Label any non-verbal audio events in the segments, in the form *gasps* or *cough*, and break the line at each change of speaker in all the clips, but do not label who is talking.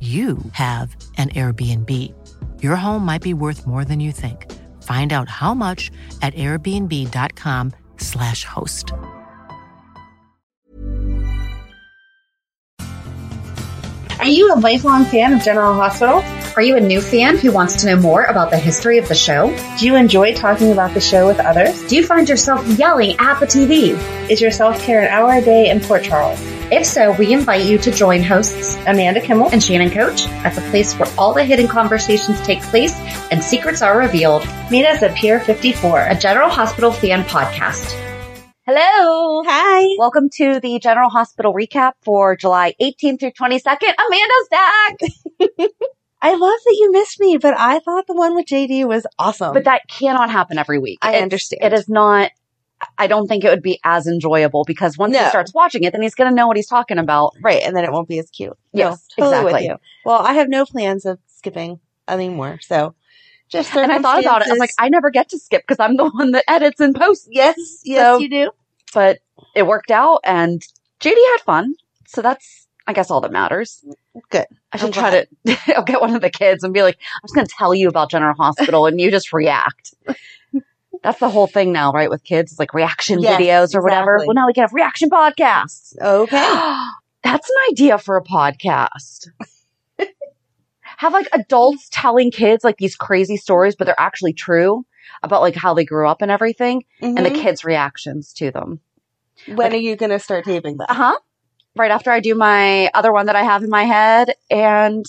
you have an Airbnb. Your home might be worth more than you think. Find out how much at airbnb.com/slash host.
Are you a lifelong fan of General Hospital?
Are you a new fan who wants to know more about the history of the show?
Do you enjoy talking about the show with others?
Do you find yourself yelling at the TV?
Is your self care an hour a day in Port Charles?
If so, we invite you to join hosts
Amanda Kimmel,
and Shannon Coach at the place where all the hidden conversations take place and secrets are revealed,
meet us at Pier
a
54.
General Hospital fan podcast.
Hello.
Hi.
Welcome to the General Hospital recap for July 18th through 22nd. Amanda's back.
I love that you missed me, but I thought the one with JD was awesome.
But that cannot happen every week.
Um, I
It's-
understand.
It is not, I don't think it would be as enjoyable because once
No.
he starts watching it, then he's going to know what he's talking about.
right, and then it won't be as cute.
Yes,
no, totally
exactly.
With you. Well, I have no plans of skipping anymore, so just
And I thought about it. I was like, I never get to skip because I'm the one that edits and posts.
yes, yes,
So-
you do.
But it worked out and JD had fun. So that's, I guess, all that matters.
Good.
I
I'm
should try to *laughs* I'll get one of the kids and be like, I'm just going to tell you about General Hospital and you just react. That's the whole thing now, right? With kids, it's like reaction
Yes,
videos or whatever.
exactly.
Well, now we can have reaction podcasts.
Okay.
That's an idea for a podcast. *laughs* have like adults telling kids like these crazy stories, but they're actually true about like how they grew up and everything *gasps* and the kids' reactions to them.
Mm-hmm. when are you going to start taping
*laughs*
that?
Uh huh. Right after I do my other one that I have in my head. And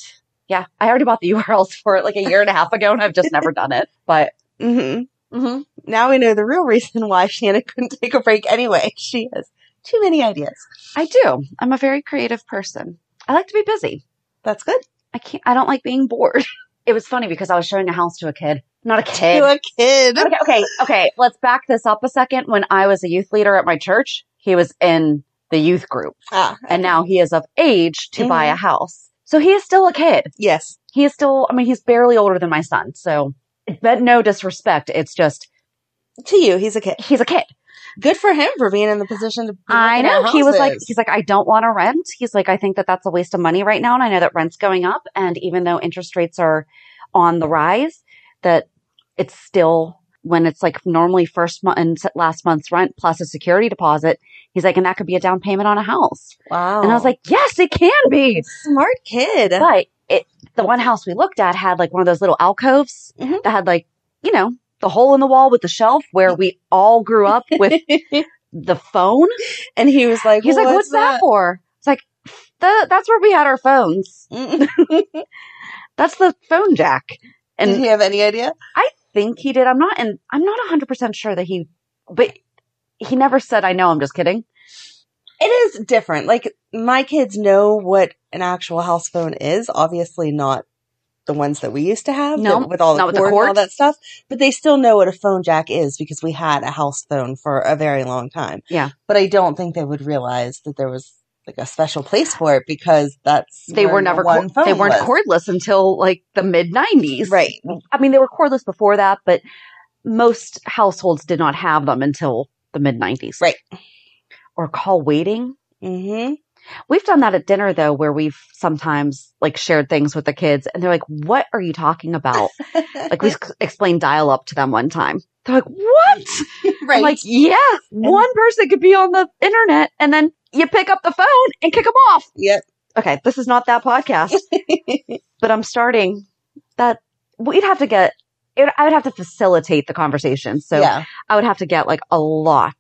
yeah, I already bought the *laughs* URLs for it like a year and a half ago and I've just never done it. But
Mm-hmm.
mhm.
Now we know the real reason why Shannon couldn't take a break anyway. *laughs* She has too many ideas.
I do. I'm a very creative person. I like to be busy.
That's good.
I can't, I don't like being bored. *laughs* It was funny because I was showing a house to a kid, not a kid.
To a kid.
okay, okay, okay. Let's back this up a second. When I was a youth leader at my church, he was in the youth group
Ah,
and now he is of age to buy a house. So he is still a kid.
yes.
He is still, I mean, he's barely older than my son. So, but no disrespect. It's just,
To you, he's a kid.
he's a kid.
Good for him for being in the position to. be
I
looking at
know. He was like,
houses.
he's like, I don't want to rent. He's like, I think that that's a waste of money right now. And I know that rent's going up. And even though interest rates are on the rise, that it's still when it's like normally first month and se- last month's rent plus a security deposit. He's like, and that could be a down payment on a house.
wow.
And I was like, yes, it can be.
smart kid.
But it, the one house we looked at had like one of those little alcoves
Mhm.
that had like, you know, the hole in the wall with the shelf *laughs* where we all grew up *laughs* with the phone.
and he was like,
He's like, "What's that, for?" It's like, "The that's where we had our phones. *laughs*
that?"
That's the phone jack." And
Did he have any idea?
I think he did. I'm not, and I'm not 100 percent sure that he, but he never said, "I know." I'm just kidding.
It is different. Like my kids know what an actual house phone is. Obviously, not the ones that we used to have.
No,
that- with all the
not with the
cord and all
cord.
that stuff. But they still know what a phone jack is because we had a house phone for a very long time.
Yeah.
but I don't think they would realize that there was like a special place for it because that's
They
where
were
the
never
one
cor- they
phone
weren't
was.
cordless until like the mid 90s.
right
I mean, they were cordless before that, but most households did not have them until the mid 90s.
Right.
Or call waiting.
mm-hmm
We've done that at dinner though, where we've sometimes like shared things with the kids and they're like, what are you talking about? like *laughs*
*laughs*
we s- explained dial up to them one time. They're like, what?
right
I'm like, yeah, one person could be on the internet and then you pick up the phone and kick them off.
yep
Okay. This is not that *laughs* podcast, but I'm starting that we'd have to get, it, I would have to facilitate the conversation. So
yeah
I would have to get like a lot.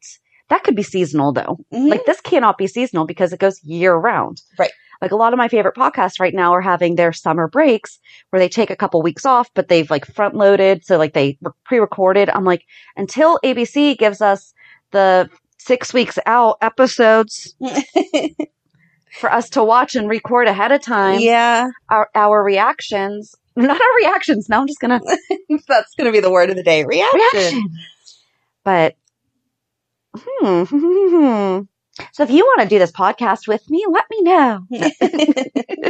That could be seasonal though.
Mhm.
Like this cannot be seasonal because it goes year round.
Right.
Like a lot of my favorite podcasts right now are having their summer breaks where they take a couple weeks off, but they've like front loaded. So like they re- pre-recorded. I'm like, until ABC gives us the six weeks out
*laughs*
episodes for us to watch and record ahead of time,
yeah
our, our reactions, not our reactions. Now I'm just going to
*laughs* that's gonna be the word of the day reaction,
reaction. But hmm, hmm. *laughs* So if you want to do this podcast with me, let me know.
*laughs*
or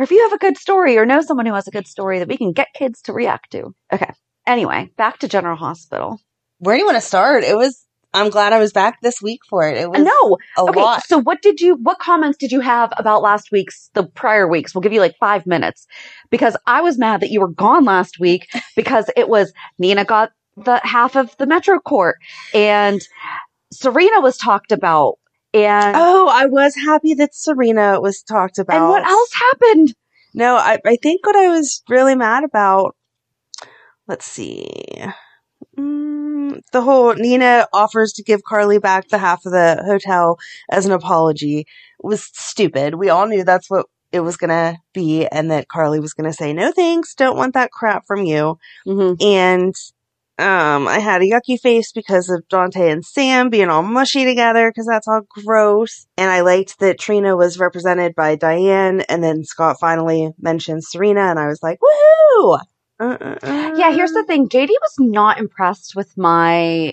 if you have a good story or know someone who has a good story that we can get kids to react to. Okay. Anyway, back to General Hospital.
where do you want to start it was i'm glad i was back this week for it it was
No.
a
Okay.
lot
So what did you what comments did you have about last week's the prior weeks? We'll give you like 5 minutes because I was mad that you were gone last
*laughs*
week because it was Nina got the half of the Metro court and Serena was talked about and
Oh, I was happy that Serena was talked about.
and what else happened?
No, I, I think what I was really mad about, let's see, mm, the whole Nina offers to give Carly back the half of the hotel as an apology was stupid. We all knew that's what it was going to be and that Carly was going to say, no thanks, don't want that crap from you. Mm-hmm.
Mhm.
And, um, I had a yucky face because of Dante and Sam being all mushy together because that's all gross. And I liked that Trina was represented by Diane, and then Scott finally mentioned Serena, and I was like, woohoo! Uh, uh, uh.
Yeah, here's the thing. JD was not impressed with my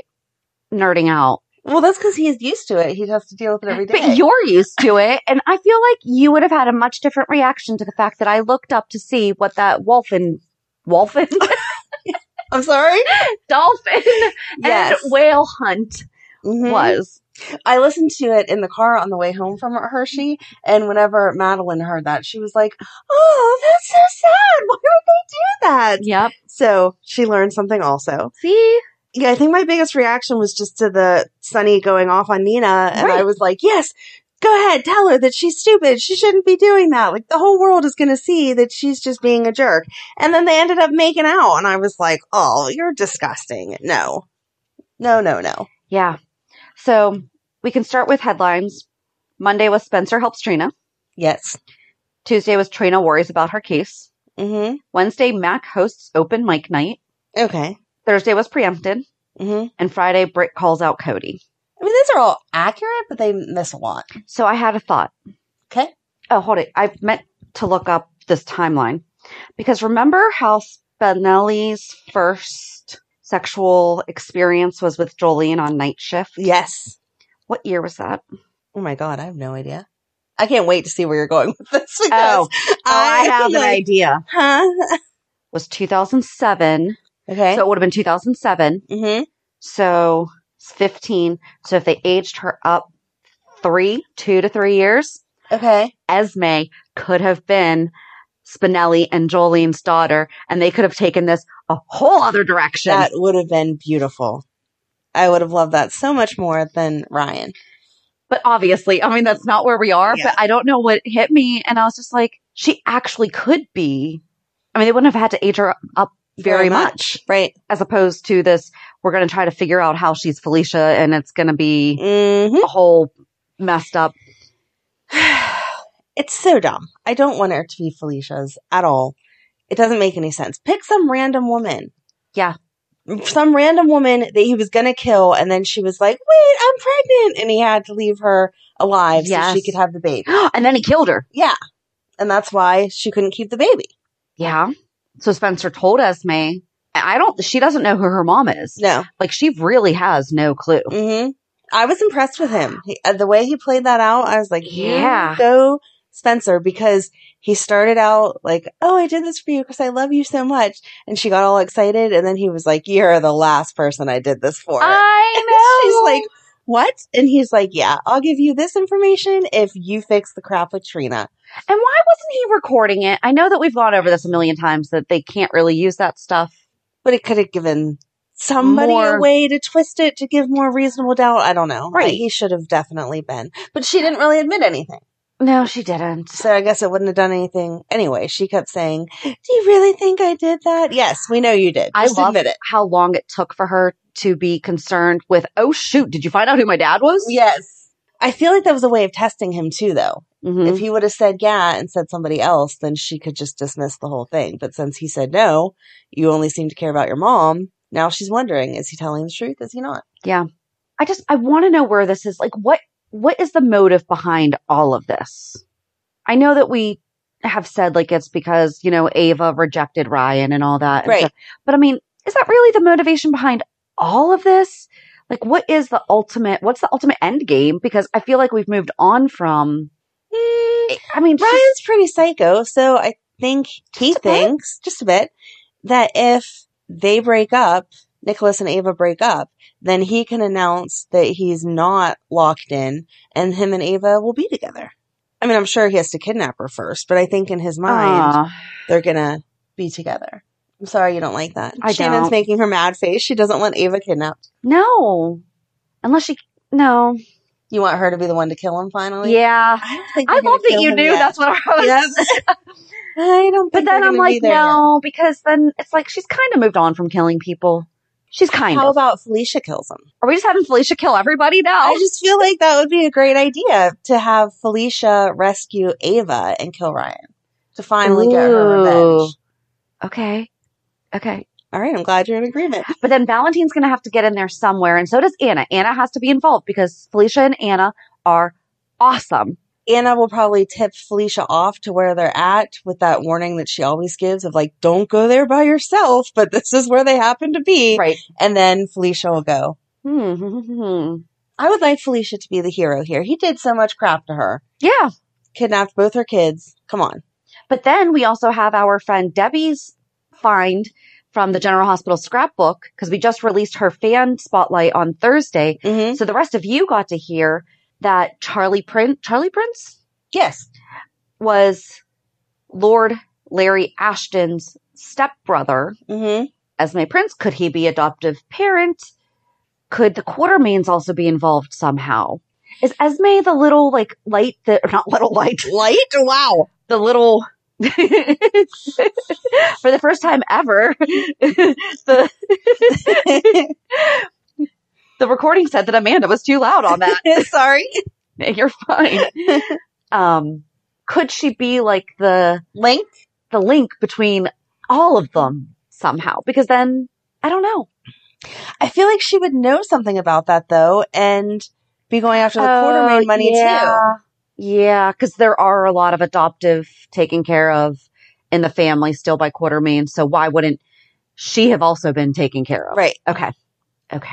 nerding out.
Well, that's because he's used to it. He has to deal with it every day.
But you're used to it. And I feel like you would have had a much different reaction to the fact that I looked up to see what that wolfin, wolfin, *laughs*
I'm sorry.
dolphin, and whale hunt
Mhm.
was.
I listened to it in the car on the way home from Hershey, and whenever Madeline heard that, she was like, "Oh, that's so sad. Why would they do that?"
Yep.
So she learned something also.
See?
Yeah, I think my biggest reaction was just to the Sunny going off on Nina, and I
Right.
was like, "Yes, go ahead, tell her that she's stupid. She shouldn't be doing that. Like the whole world is going to see that she's just being a jerk." And then they ended up making out, and I was like, "Oh, you're disgusting. No, no, no, no."
Yeah. So we can start with headlines. Monday was Spencer helps Trina.
Yes.
Tuesday was Trina worries about her case.
Mm-hmm.
Wednesday, Mac hosts open mic night.
Okay.
Thursday was preempted.
Mm-hmm.
And Friday, Britt calls out Cody.
I mean, these are all accurate, but they miss a lot.
So I had a thought.
Okay.
Oh, hold it. I meant to look up this timeline because remember how Spinelli's first sexual experience was with Jolene on night shift?
Yes.
What year was that?
Oh my god, I have no idea. I can't wait to see where you're going with this. *laughs*
Oh,
because
I have an
like,
idea.
Huh?
Was 2007.
Okay.
So it would have been 2007.
mm-hmm.
So it's 15. So if they aged her up three, two to three years,
Okay.
Esme could have been Spinelli and Jolene's daughter, and they could have taken this a whole other direction.
That would have been beautiful. I would have loved that so much more than Ryan.
but obviously, I mean, that's not where we are,
Yeah.
but I don't know what hit me. And I was just like, she actually could be. I mean, they wouldn't have had to age her up very,
Very much.
much.
Right.
as opposed to this, we're going to try to figure out how she's Felicia and it's going to be
hmm
a whole messed up.
*sighs*
*gasps*
it's so dumb. I don't want her to be Felicia's at all. It doesn't make any sense. Pick some random woman.
Yeah.
Some random woman that he was going to kill, and then she was like, wait, I'm pregnant. And he had to leave her alive so
Yes.
she could have the baby.
and then he killed her.
Yeah. And that's why she couldn't keep the baby.
Yeah. So Spencer told Esme, I don't, she doesn't know who her mom is.
No.
Like she really has no clue.
hmm I was impressed with him. He, uh, the way he played that out, I was like, yeah,
Yeah.
go Spencer, because he started out like, oh, I did this for you because I love you so much, and she got all excited, and then he was like, you're the last person I did this for. *laughs*
I
She's like, what? And he's like, yeah, I'll give you this information if you fix the crap with Trina.
and why wasn't he recording it? I know that we've gone over this a million times that they can't really use that stuff.
But it could have given somebody a
More-
way to twist it to give more reasonable doubt. I don't know.
Right.
Like, he should have definitely been. But she didn't really admit anything.
No, she didn't.
So I guess it wouldn't have done anything. Anyway, she kept saying, Do you really think I did that? Yes, we know you did.
I
Just
love
admit it.
how long it took for her to be concerned with, oh shoot, did you find out who my dad was?
Yes. I feel like that was a way of testing him too, though.
Mhm.
If he would have said yeah and said somebody else, then she could just dismiss the whole thing. But since he said no, you only seem to care about your mom. Now she's wondering, is he telling the truth? Is he not?
I just I want to know where this is like what what is the motive behind all of this? I know that we have said like it's because, you know, Ava rejected Ryan and all that. and
Right.
stuff. But I mean, is that really the motivation behind all of this? Like what is the ultimate what's the ultimate end game because I feel like we've moved on from
Hmm.
I mean, she's-
Ryan's pretty psycho, so I think he
Just a bit?
thinks just a bit that if they break up, Nicholas and Ava break up, then he can announce that he's not locked in, and him and Ava will be together. I mean, I'm sure he has to kidnap her first, but I think in his mind
Aw.
they're gonna be together. I'm sorry you don't like that.
I
Shannon's
don't.
making her mad face. She doesn't want Ava kidnapped.
no. Unless she no.
You want her to be the one to kill him finally?
Yeah.
I don't think.
I
they're gonna
love that
kill
you
him
knew
yet.
that's what I was
Yes. *laughs* I don't. Think
But
they're
then I'm
gonna be
like,
there yet.
no, because then it's like she's kind of moved on from killing people. She's kind
How
of. Oh.
about Felicia kills him?
Are we just having Felicia kill everybody now?
I just feel like that would be a great idea to have Felicia rescue Ava and kill Ryan to finally get her revenge.
Okay. Okay.
All right, I'm glad you're in agreement.
But then Valentine's going to have to get in there somewhere. And so does Anna. Anna has to be involved because Felicia and Anna are awesome.
Anna will probably tip Felicia off to where they're at with that warning that she always gives of like, don't go there by yourself, but this is where they happen to be.
Right.
And then Felicia will go.
Hmm.
I would like Felicia to be the hero here. He did so much crap to her,
Yeah.
kidnapped both her kids. Come on.
But then we also have our friend Debbie's find from the General Hospital scrapbook because we just released her fan spotlight on Thursday.
Mm-hmm.
So the rest of you got to hear that Charlie Prince, Charlie Prince
Yes.
was Lord Larry Ashton's stepbrother,
Mm-hmm. *laughs*
Esme Prince. Could he be adoptive parent? Could the Quartermains also be involved somehow? Is Esme the little like light that, *laughs* or not little light,
Light? Wow.
the little *laughs* for the first time ever *laughs* the *laughs* the recording said that Amanda was too loud on that.
Sorry.
*laughs* You're fine. Um could she be like the
Link?
the link between all of them somehow? Because then I don't know.
I feel like she would know something about that though and be going after the quarter
Oh,
main money too.
Yeah, because there are a lot of adoptive taken care of in the family still by Quartermain. So why wouldn't she have also been taken care of?
Right.
Okay. Okay.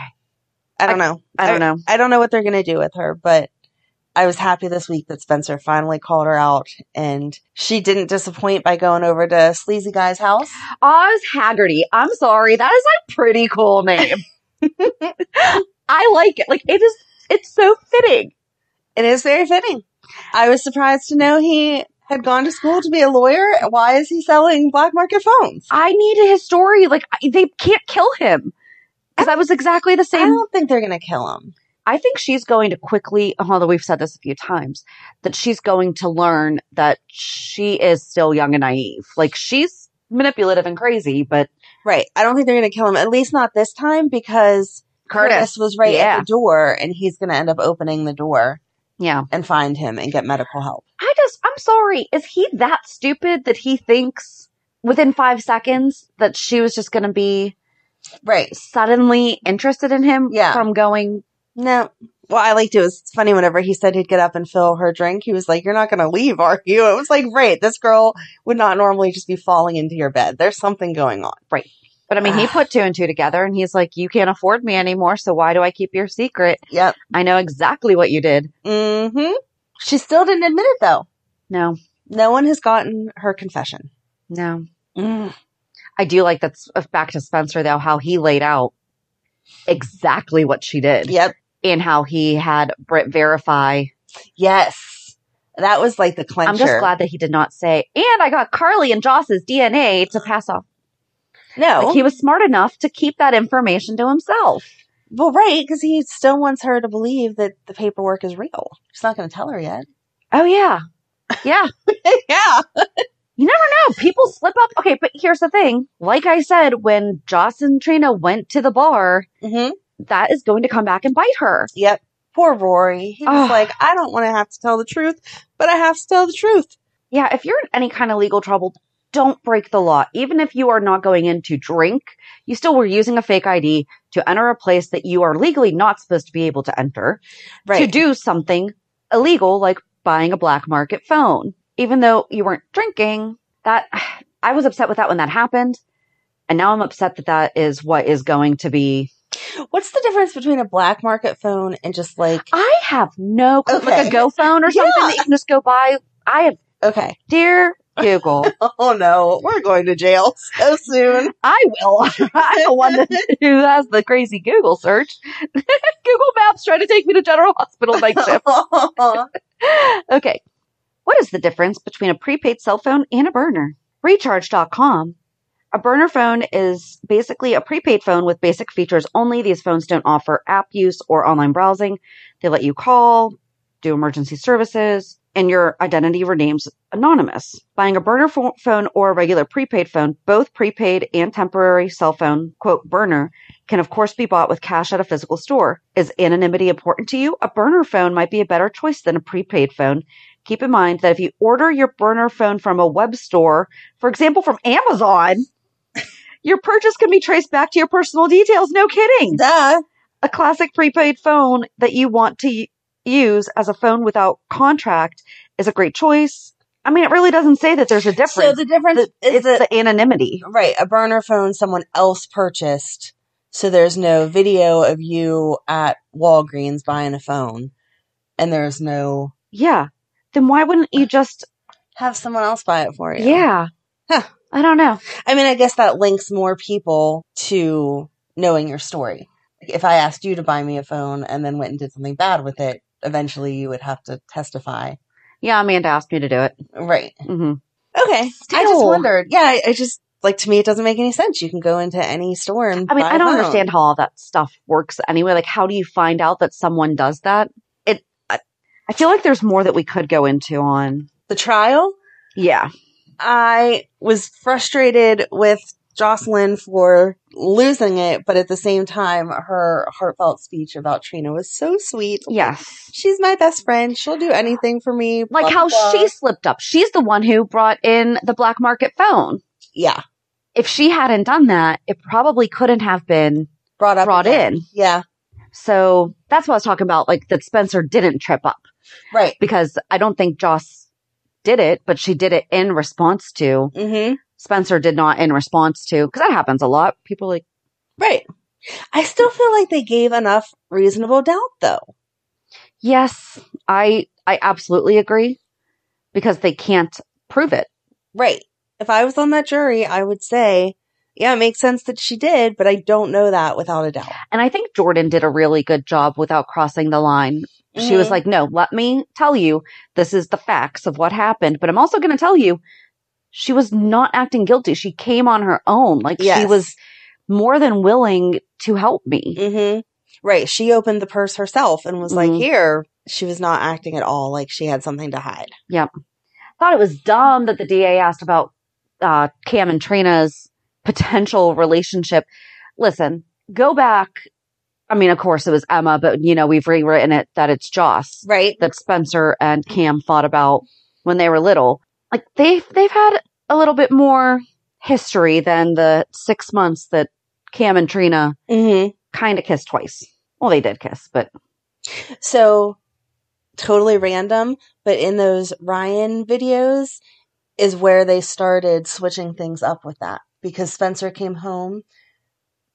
I don't know.
I don't know.
I don't know what they're going to do with her, but I was happy this week that Spencer finally called her out and she didn't disappoint by going over to Sleazy Guy's house.
Oz Haggerty. I'm sorry. That is a pretty cool
*laughs*
name. *laughs* I like it. Like it is, it's so fitting.
It is very fitting. I was surprised to know he had gone to school to be a lawyer. Why is he selling black market phones?
I needed his story. Like I, they can't kill him because that was exactly the
I
same.
don't think they're going to kill him.
I think she's going to quickly, although we've said this a few times, that she's going to learn that she is still young and naive. Like she's manipulative and crazy, but
Right. I don't think they're going to kill him, at least not this time, because Curtis, was right at
Yeah.
the door and he's going to end up opening the door
yeah.
and find him and get medical help.
I just, I'm sorry. Is he that stupid that he thinks within five seconds that she was just going to be
Right.
suddenly interested in him
Yeah.
from going,
No. Well, I liked it. It was funny whenever he said he'd get up and fill her drink. He was like, You're not going to leave, are you? It was like, Right. This girl would not normally just be falling into your bed. There's something going on.
Right. But I mean, he put two and two together and he's like, you can't afford me anymore. So why do I keep your secret?
Yep.
I know exactly what you did.
Mm-hmm. She still didn't admit it though.
No,
No one has gotten her confession.
no.
Mm.
I do like that's uh, back to Spencer though, how he laid out exactly what she did
Yep.
and how he had Brit verify.
Yes. That was like the clincher.
I'm just glad that he did not say, and I got Carly and Joss's DNA to pass off.
No.
Like he was smart enough to keep that information to himself.
well, right, because he still wants her to believe that the paperwork is real. He's not going to tell her yet.
Oh yeah. Yeah.
*laughs* yeah.
You never know. People slip up. Okay, but here's the thing. Like I said, when Joss and Trina went to the bar,
Mm-hmm.
that is going to come back and bite her.
Yep. Poor Rory. He was
Ugh.
like, I don't want to have to tell the truth, but I have to tell the truth.
Yeah, if you're in any kind of legal trouble, don't break the law. Even if you are not going in to drink, you still were using a fake ID to enter a place that you are legally not supposed to be able to enter to
Right.
do something illegal like buying a black market phone. Even though you weren't drinking, that *sighs* I was upset with that when that happened. And now I'm upset that that is what is going to be
What's the difference between a black market phone and just like, *laughs*
I have no clue. Like
Okay.
a Go phone or something
*laughs* Yeah.
that you can just go buy. I have,
okay.
dear Google,
Oh no, we're going to jail so *laughs* soon.
I will. *laughs* I'm the one that, who has the crazy Google search. *laughs* Google Maps trying to take me to General Hospital
*laughs*
night shift. *laughs* okay. What is the difference between a prepaid cell phone and a burner? Recharge.com. A burner phone is basically a prepaid phone with basic features only. These phones don't offer app use or online browsing. They let you call, do emergency services, and your identity remains anonymous. Buying a burner pho- phone or a regular prepaid phone, both prepaid and temporary cell phone, quote, burner, can of course be bought with cash at a physical store. Is anonymity important to you? A burner phone might be a better choice than a prepaid phone. Keep in mind that if you order your burner phone from a web store, for example, from Amazon, *laughs* your purchase can be traced back to your personal details. No kidding
Duh.
a classic prepaid phone that you want to y- use as a phone without contract is a great choice. I mean, it really doesn't say that there's a difference.
So the difference
The-
is
it's
that
the anonymity.
right a burner phone someone else purchased, so there's no video of you at Walgreens buying a phone, and there's no
Yeah. Then why wouldn't you just?
have someone else buy it for you.
Yeah.
Huh.
I don't know.
I mean, I guess that links more people to knowing your story. If I asked you to buy me a phone and then went and did something bad with it, eventually you would have to testify.
Yeah, Amanda asked me to do it.
Right.
hmm
Okay. I just
Still.
wondered. Yeah, I, I just like to me it doesn't make any sense. You can go into any store and
I mean,
buy
I
a
don't
phone.
understand how all that stuff works anyway. Like, how do you find out that someone does that? It. I, I feel like there's more that we could go into on.
the trial.
Yeah.
I was frustrated with Jocelyn for losing it, but at the same time, her heartfelt speech about Trina was so sweet.
Yes.
She's my best friend. She'll do anything for me.
like
blah,
how
blah, blah.
she slipped up. She's the one who brought in the black market phone.
yeah
If she hadn't done that, it probably couldn't have been
brought up
brought
again.
in.
Yeah,
So that's what I was talking about, like that Spencer didn't trip up
right.
because I don't think Joss did it, but she did it in response to
Mm-hmm.
Spencer did not in response to because that happens a lot. People like
Right. I still feel like they gave enough reasonable doubt, though.
yes, I I absolutely agree because they can't prove it.
Right. If I was on that jury, I would say, yeah, it makes sense that she did, but I don't know that without a doubt.
And I think Jordan did a really good job without crossing the line. She was
Mhm.
like, no, let me tell you, this is the facts of what happened. But I'm also going to tell you, she was not acting guilty. She came on her own. Like she
Yes.
was more than willing to help me.
Mm-hmm. Right. She opened the purse herself and was
Mhm.
like, here. She was not acting at all like she had something to hide.
Thought it was dumb that the DA asked about uh, Cam and Trina's potential relationship. Listen, go back. I mean, of course it was Emma, but you know, we've rewritten it that it's Joss.
Right.
that Spencer and Cam thought about when they were little. Like they've they've had a little bit more history than the six months that Cam and Trina
Mm-hmm.
kind of kissed twice. Well, they did kiss, but
So totally random, but in those Ryan videos is where they started switching things up with that because Spencer came home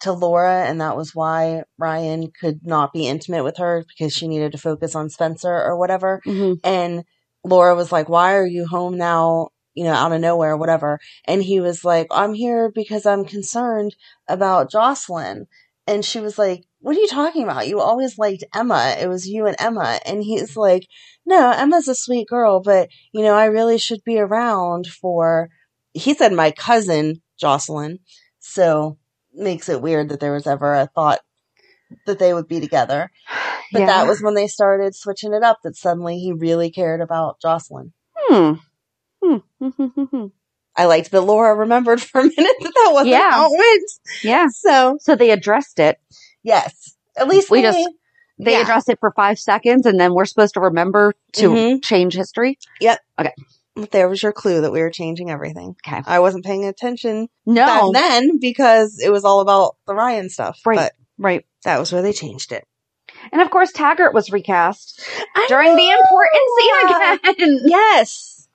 to Laura, and that was why Ryan could not be intimate with her because she needed to focus on Spencer or whatever.
Mhm.
And Laura was like, Why are you home now? You know, out of nowhere, whatever. And he was like, I'm here because I'm concerned about Jocelyn. And she was like, What are you talking about? You always liked Emma. It was you and Emma. And he's like, No, Emma's a sweet girl, but, you know, I really should be around for, he said, my cousin, Jocelyn. So makes it weird that there was ever a thought that they would be together. But
Yeah.
that was when they started switching it up that suddenly he really cared about Jocelyn.
Hmm. Hmm.
I liked that Laura remembered *laughs* for a minute that that wasn't
Yeah.
how it went.
yeah.
So,
So they addressed it.
yes. At least
We
they-
just- They
Yeah.
addressed it for five seconds, and then we're supposed to remember to
Mhm.
change history.
there was your clue that we were changing everything.
Okay.
I wasn't paying attention
No.
back Uh, then because it was all about the Ryan stuff.
Right.
But
right.
that was where they changed it.
And of course, Taggart was recast during the important scene again.
Yes.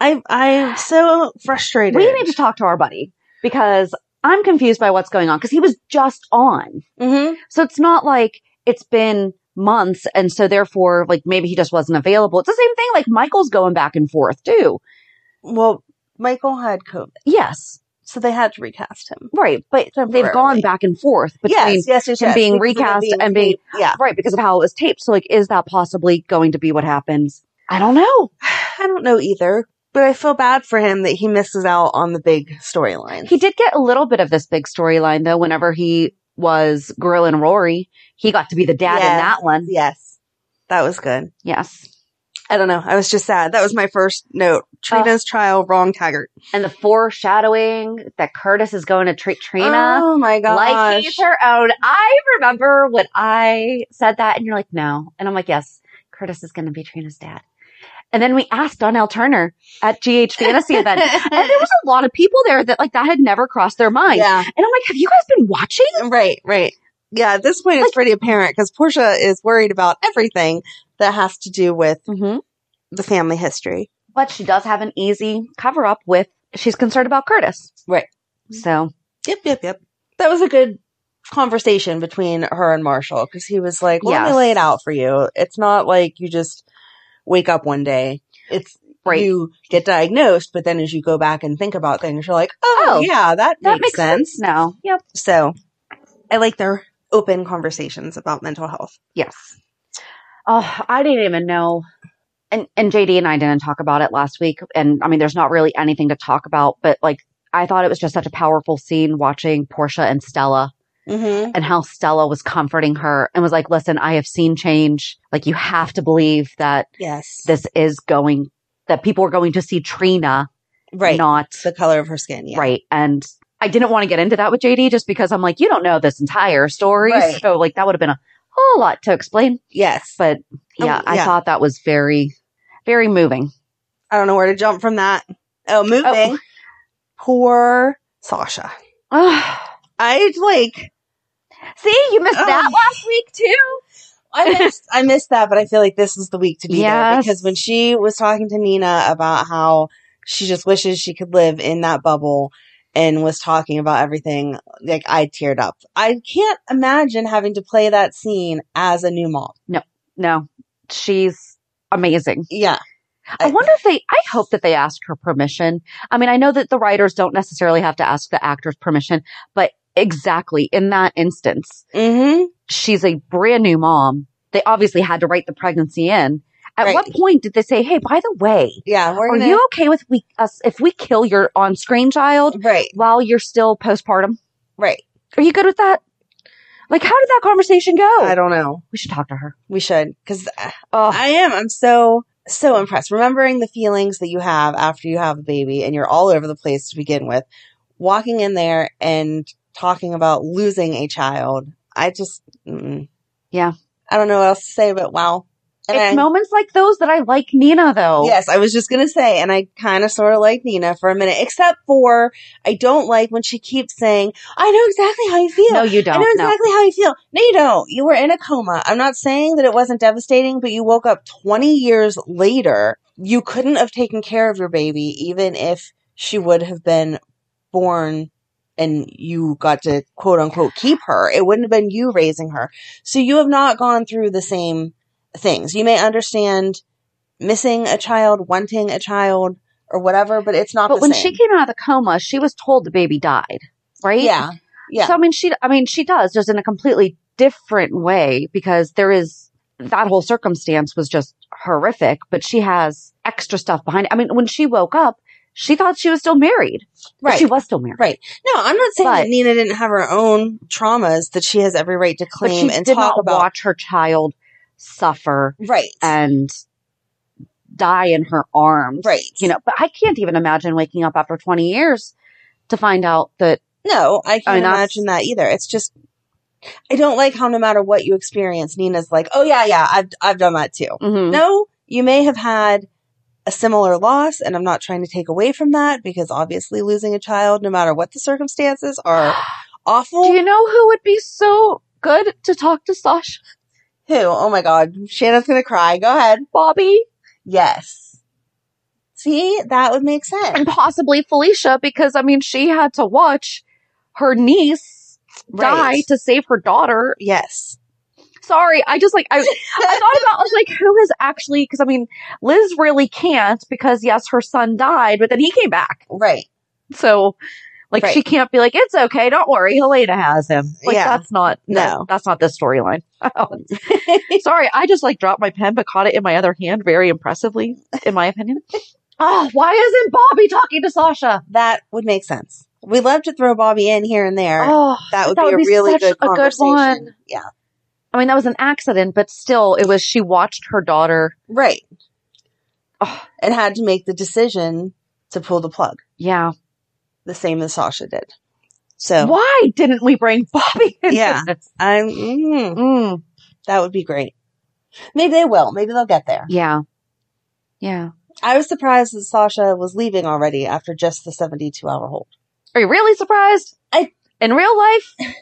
I I'm so frustrated.
*laughs* We need to talk to our buddy because I'm confused by what's going on because he was just on.
Mm-hmm.
So it's not like it's been months and so therefore like maybe he just wasn't available. It's the same thing like Michael's going back and forth too.
Well, Michael had COVID,
Yes.
so they had to recast him.
Right. But they've gone
Temporarily.
back and forth between
yes, yes, yes,
him
yes,
being
because of it
recast and being-
taped. yeah.
right because of how it was taped. So like is that possibly going to be what happens? I don't know.
*sighs* I don't know either, but I feel bad for him that he misses out on the big storyline.
He did get a little bit of this big storyline though whenever he was grilling Rory. He got to be the dad in
Yes.
that one.
Yes, that was good.
Yes.
I don't know. I was just sad. That was my first note. Trina's trial, wrong Taggart.
and the foreshadowing that Curtis is going to treat Trina
oh my gosh!
like he's her own. I remember when I said that, and you're like, no. And I'm like, yes, Curtis is going to be Trina's dad. And then we asked Donnell Turner at GH Fantasy event, and there was a lot of people there that like that had never crossed their mind.
yeah,
And I'm like, have you guys been watching?
right, right. Yeah, at this point, it's
Like-
pretty apparent because Portia is worried about everything that has to do with
Mm-hmm.
the family history.
But she does have an easy cover up with she's concerned about Curtis,
Right.
So
Yep, yep, yep. That was a good conversation between her and Marshall because he was like, well, "Let
Yes.
me lay it out for you. It's not like you just wake up one day. It's
Right.
you get diagnosed, but then as you go back and think about things, you're like, oh,
Oh,
yeah, that,
that
makes, sense.
now. Yep.
So I like their open conversations about mental health.
Yes. Oh, I didn't even know. And and JD and I didn't talk about it last week. And I mean, there's not really anything to talk about, but like I thought it was just such a powerful scene watching Portia and Stella
Mm-hmm.
and how Stella was comforting her and was like, listen, I have seen change. Like you have to believe that
Yes,
this is going that people are going to see Trina,
right.
not
the color of her skin. Yeah.
right. And I didn't want to get into that with JD just because I'm like, you don't know this entire story.
Right.
So like that would have been a whole lot to explain.
Yes.
But yeah,
Oh,
I
yeah.
thought that was very, very moving.
I don't know where to jump from that. Oh, moving.
Oh.
Poor Sasha.
*sighs* See,
I like.
Oh. you missed *laughs* that
Oh.
last week too.
I missed I missed that, but I feel like this is the week to be there
Yes.
because when she was talking to Nina about how she just wishes she could live in that bubble and was talking about everything, like I teared up. I can't imagine having to play that scene as a new mom.
No, she's amazing.
Yeah.
I,
Uh,
wonder if they, I hope that they asked her permission. I mean, I know that the writers don't necessarily have to ask the actor's permission, but exactly in that instance,
Mm-hmm.
she's a brand new mom. They obviously had to write the pregnancy in. At
Right.
what point did they say, Hey, by the way,
Yeah. We're
are
gonna,
Oh, you okay with we, us, if we kill your on screen child
right,
while you're still postpartum?
right.
Are you good with that? Like, how did that conversation go?
I don't know.
we should talk to her.
We should. uh, Because
Oh,
I am. I'm so so impressed. Remembering the feelings that you have after you have a baby and you're all over the place to begin with, walking in there and talking about losing a child. I just mm.
Yeah.
I don't know what else to say, but wow. And
it's
I- Oh.
moments like those that I like Nina though.
Yes, I was just gonna say, and I kind of sort of like Nina for a minute, except for I don't like when she keeps saying, "I know exactly how you feel."
No, you don't.
I know
no.
exactly how you feel. No, you don't. You were in a coma. I'm not saying that it wasn't devastating, but you woke up 20 years later. You couldn't have taken care of your baby, even if she would have been born and you got to quote unquote keep her. It wouldn't have been you raising her. So you have not gone through the same things. You may understand missing a child, wanting a child, or whatever, but it's not
But
the
when
same.
she came out of the coma, she was told the baby died, right?
Yeah. Yeah.
So I mean, she, I mean, she does just in a completely different way because there is
Mm.
that whole circumstance was just horrific, but she has extra stuff behind it. I mean, when she woke up, she thought she was still married. But
right.
She was still married.
Right. No, I'm not saying
But-
that Nina didn't have her own traumas that she has every right to
But
claim
she
and
did
talk
not
about.
watch her child suffer
Right.
and die in her arms.
Right.
You know, but I can't even imagine waking up after 20 years to find out that
No, I
I
can't
mean, that's-
imagine that either. It's just I don't like how no matter what you experience, Nina's like, "Oh yeah, yeah, I've I've done that too."
mhm,
No, you may have had a similar loss, and I'm not trying to take away from that because obviously losing a child, no matter what the circumstances,
*gasps*
are awful.
Do you know who would be so good to talk to Sasha?
Who? Oh my God, Shannon's gonna cry. Go ahead.
Bobby
Yes. See, that would make
and
sense.
possibly Felicia because I mean she had to watch her niece die
Right.
to save her daughter.
Yes.
Sorry, I just like *laughs* I I thought about I was like who is actually because I mean Liz really can't because yes her son died but then he came back
Right.
so like
Right.
she can't be like it's okay don't worry Helena has him like
Yeah.
that's not no
No.
that's not the storyline. *laughs* Sorry, I just like dropped my pen but caught it in my other hand very impressively in my
*laughs*
opinion. Oh, why isn't Bobby talking to Sasha?
That would make sense. We love to throw Bobby in here and there.
Oh,
that would
that
be
would
a
be
really
such
good
a good
conversation.
one.
Yeah.
I mean, that was an accident, but still, it was she watched her daughter.
Right.
Ugh.
And had to make the decision to pull the plug,
Yeah.
the same as Sasha did. So
Why didn't we bring Bobby *laughs* into
Yeah.
this?
I'm mm,
Mm,
that would be great. Maybe they will. Maybe they'll get there.
yeah. Yeah.
I was surprised that Sasha was leaving already after just the 72 hour hold. *sighs*
Are you really surprised?
I-
in real life,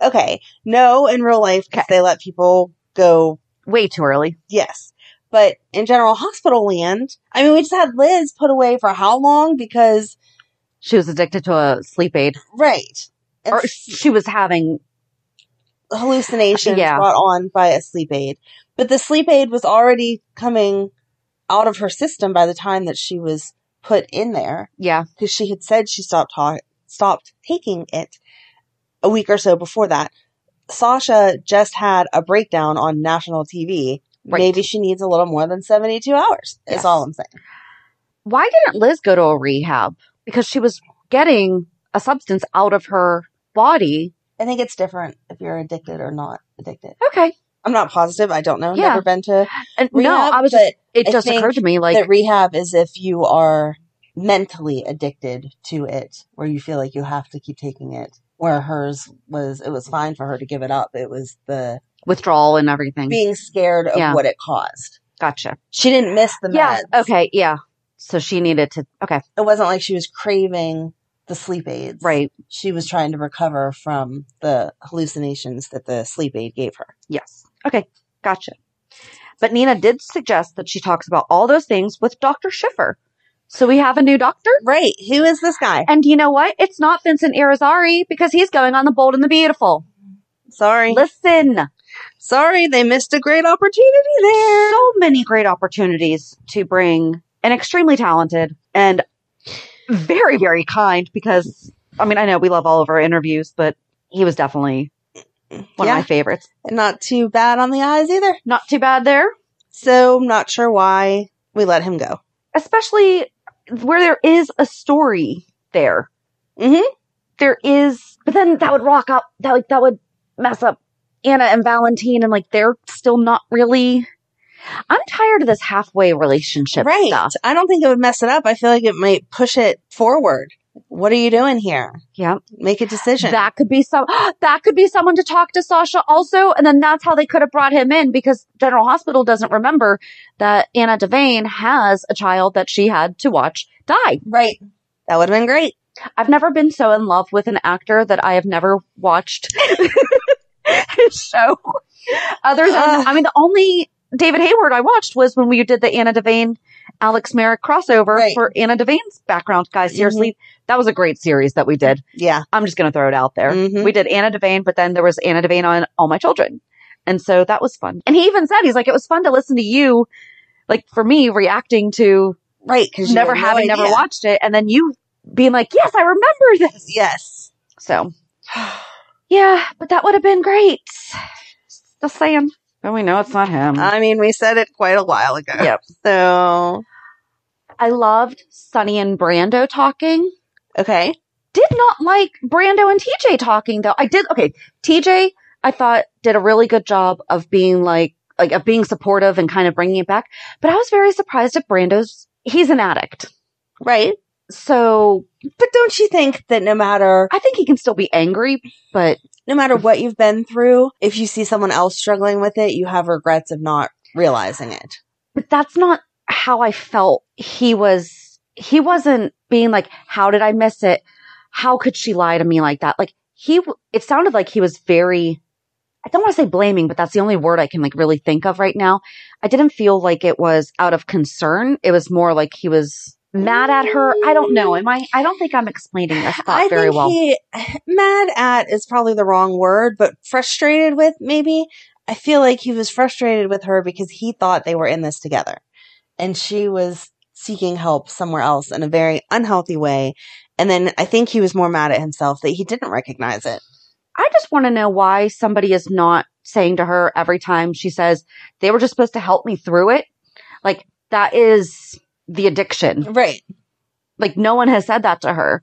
okay. No, in real life, 'cause they let people go.
way too early.
Yes. But in general hospital land, I mean, we just had Liz put away for how long? Because,
She was addicted to a sleep aid,
right. And
or she was having.
hallucinations
*laughs* Yeah.
brought on by a sleep aid. But the sleep aid was already coming out of her system by the time that she was put in there
Yeah.
because she had said she stopped ta- stopped taking it a week or so before that. Sasha just had a breakdown on national TV.
Right.
Maybe she needs a little more than 72 hours. Is
Yes.
all I'm saying.
Why didn't Liz go to a rehab? Because she was getting a substance out of her body.
I think it's different if you're addicted or not addicted.
Okay.
I'm not positive. I don't know.
Yeah.
Never been to
And
rehab.
no, I was
but
just, it
I
just
think
occurred to me like,
that rehab is if you are mentally addicted to it, where you feel like you have to keep taking it. Where hers was, it was fine for her to give it up. It was the
withdrawal and everything.
being scared of
Yeah.
what it caused.
Gotcha.
She didn't miss the meds.
Yeah. Okay. Yeah. So she needed to. Okay.
It wasn't like she was craving the sleep aids.
Right.
She was trying to recover from the hallucinations that the sleep aid gave her.
Yes. Okay. Gotcha. But Nina did suggest that she talks about all those things with Dr. Schiffer. So we have a new doctor.
Right. Who is this guy?
And you know what? It's not Vincent Irizarry because he's going on the Bold and the Beautiful.
Sorry.
Listen,
Sorry, they missed a great opportunity there.
so many great opportunities to bring an extremely talented and very, very kind because I mean, I know we love all of our interviews, but he was definitely one
yeah.
of my favorites.
and not too bad on the eyes either.
Not too bad there.
So I'm not sure why we let him go.
especially where there is a story there.
Mhm.
There is, but then that would rock up. That like that would mess up Anna and Valentine, and like they're still not really. I'm tired of this halfway relationship
Right.
stuff.
I don't think it would mess it up. I feel like it might push it forward. What are you doing here?
Yeah,
Make a decision.
that could be some. *gasps* That could be someone to talk to Sasha also, and then that's how they could have brought him in because General Hospital doesn't remember that Anna Devane has a child that she had to watch die.
right. That would have been great.
I've never been so in love with an actor that I have never watched *laughs* his show. Other than,
Ugh.
I mean, the only David Hayward I watched was when we did the Anna Devane Alex Merrick crossover
Right. Mm-hmm.
for Anna Devane's background. Guys, seriously, that was a great series that we did.
Yeah.
I'm just going to throw it out there.
Mhm.
We did Anna Devane, but then there was Anna Devane on All My Children. And so that was fun. And he even said, he's like, it was fun to listen to you, like for me, reacting to
Right. Because
never having never watched it. And then you being like, yes, I remember this.
Yes.
So yeah, but that would have been great. Just saying. But we know it's not him.
I mean, we said it quite a while ago.
Yep.
So,
I loved Sonny and Brando talking.
okay.
Did not like Brando and TJ talking though. I did okay. TJ, I thought did a really good job of being like like of being supportive and kind of bringing it back. But I was very surprised at Brando's. He's an addict,
Right.
so
But don't you think that no matter
I think he can still be angry. But
no matter what you've been through, if you see someone else struggling with it, you have regrets of not realizing it.
but that's not how I felt he was he wasn't being like how did I miss it how could she lie to me like that like he w- it sounded like he was very I don't want to say blaming but that's the only word I can like really think of right now I didn't feel like it was out of concern it was more like he was mad at her I don't know am I I don't think I'm explaining this thought
Mm. I
very
think
well
he mad at is probably the wrong word, but frustrated with maybe. I feel like he was frustrated with her because he thought they were in this together, and she was seeking help somewhere else in a very unhealthy way. And then I think he was more mad at himself that he didn't recognize it.
I just want to know why somebody is not saying to her every time she says they were just supposed to help me through it. Like that is the addiction.
Right.
Like no one has said that to her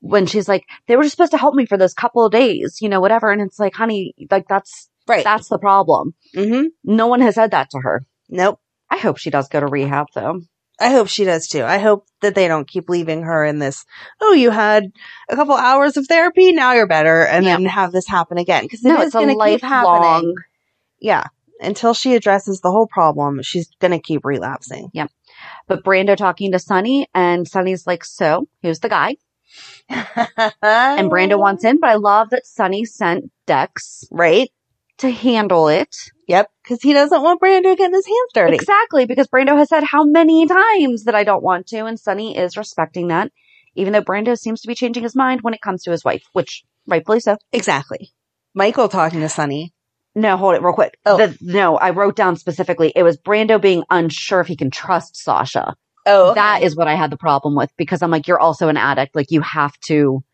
when she's like, they were just supposed to help me for those couple of days, you know, whatever. And it's like, honey, like that's,
Right.
that's the problem.
mm-hmm.
No one has said that to her.
Nope.
I hope she does go to rehab though.
I hope she does too. I hope that they don't keep leaving her in this, oh, you had a couple hours of therapy, now you're better, and
Yeah.
then have this happen again. Because
no,
it is
it's a
going to keep happening.
lifelong.
Yeah. Until she addresses the whole problem, she's going to
*laughs*
keep relapsing.
But Brando talking to Sonny and Sonny's like, so who's the guy? And
and
Brando wants in, but I love that Sonny sent Dex
Right?
to handle it.
Yep. Because he doesn't want Brando getting his hands dirty.
Exactly, because Brando has said how many times that I don't want to, and Sonny is respecting that, even though Brando seems to be changing his mind when it comes to his wife, which rightfully so.
exactly. Michael talking to Sonny.
No, hold it real quick.
Oh.
The- no, I wrote down specifically it was Brando being unsure if he can trust Sasha.
Oh,
That is what I had the problem with because I'm like, you're also an addict. Like, you have to.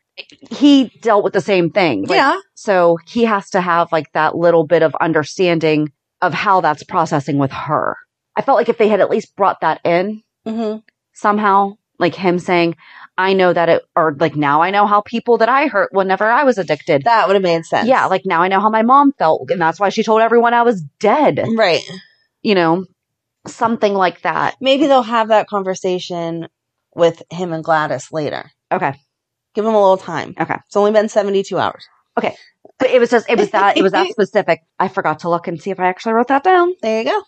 He dealt with the same thing. Like,
yeah.
So he has to have like that little bit of understanding of how that's processing with her. I felt like if they had at least brought that in
hmm
somehow, like him saying, I know that it, or like now I know how people that I hurt whenever I was addicted.
That would have made sense.
Yeah, like now I know how my mom felt. And that's why she told everyone I was dead,
right.
you know, something like that.
Maybe they'll have that conversation with him and Gladys later.
Okay.
Give him a little time.
Okay.
It's only been 72 hours.
But it was just, it was that, it was *laughs* that specific. I forgot to look and see if I actually wrote that down.
There you go.
All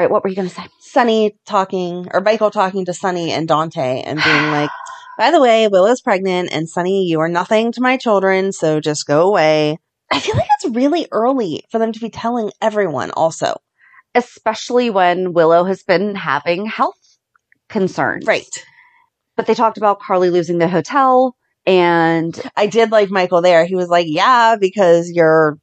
right. What were you going to say?
Sonny talking or Michael talking to Sonny and Dante and
*sighs*
being like, by the way, Willow's pregnant and Sonny, you are nothing to my children, so just go away. I feel like it's really early for them to be telling everyone also.
especially when Willow has been having health concerns.
Right.
But they talked about Carly losing the hotel and
I did like Michael there. He was like, yeah, because your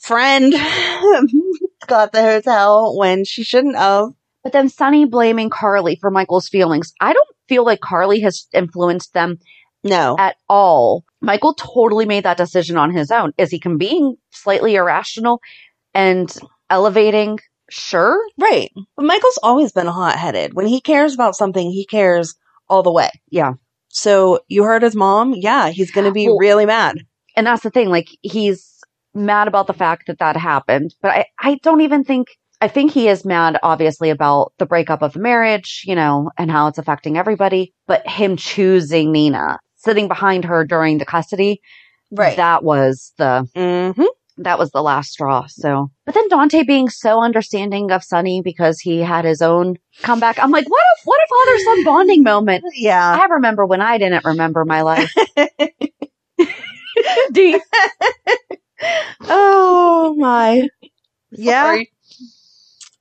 friend *laughs* got the hotel when she shouldn't have.
but then Sunny blaming Carly for Michael's feelings. I don't feel like Carly has influenced them
No.
at all. Michael totally made that decision on his own. Is he can being slightly irrational and elevating? Sure.
Right. But Michael's always been hot headed. When he cares about something, he cares all the way.
Yeah.
So you heard his mom? Yeah, he's going to be
Well-
really mad.
And that's the thing. Like he's mad about the fact that that happened, but I, I don't even think, I think he is mad, obviously, about the breakup of the marriage, you know, and how it's affecting everybody, but him choosing Nina, sitting behind her during the custody. That was the,
hmm
that was the last straw. So, but then Dante being so understanding of Sonny because he had his own comeback. I'm like, what a, what a father son bonding moment.
Yeah.
I remember when I didn't remember my life. *laughs* Do you?
Oh my. Yeah.
Sorry.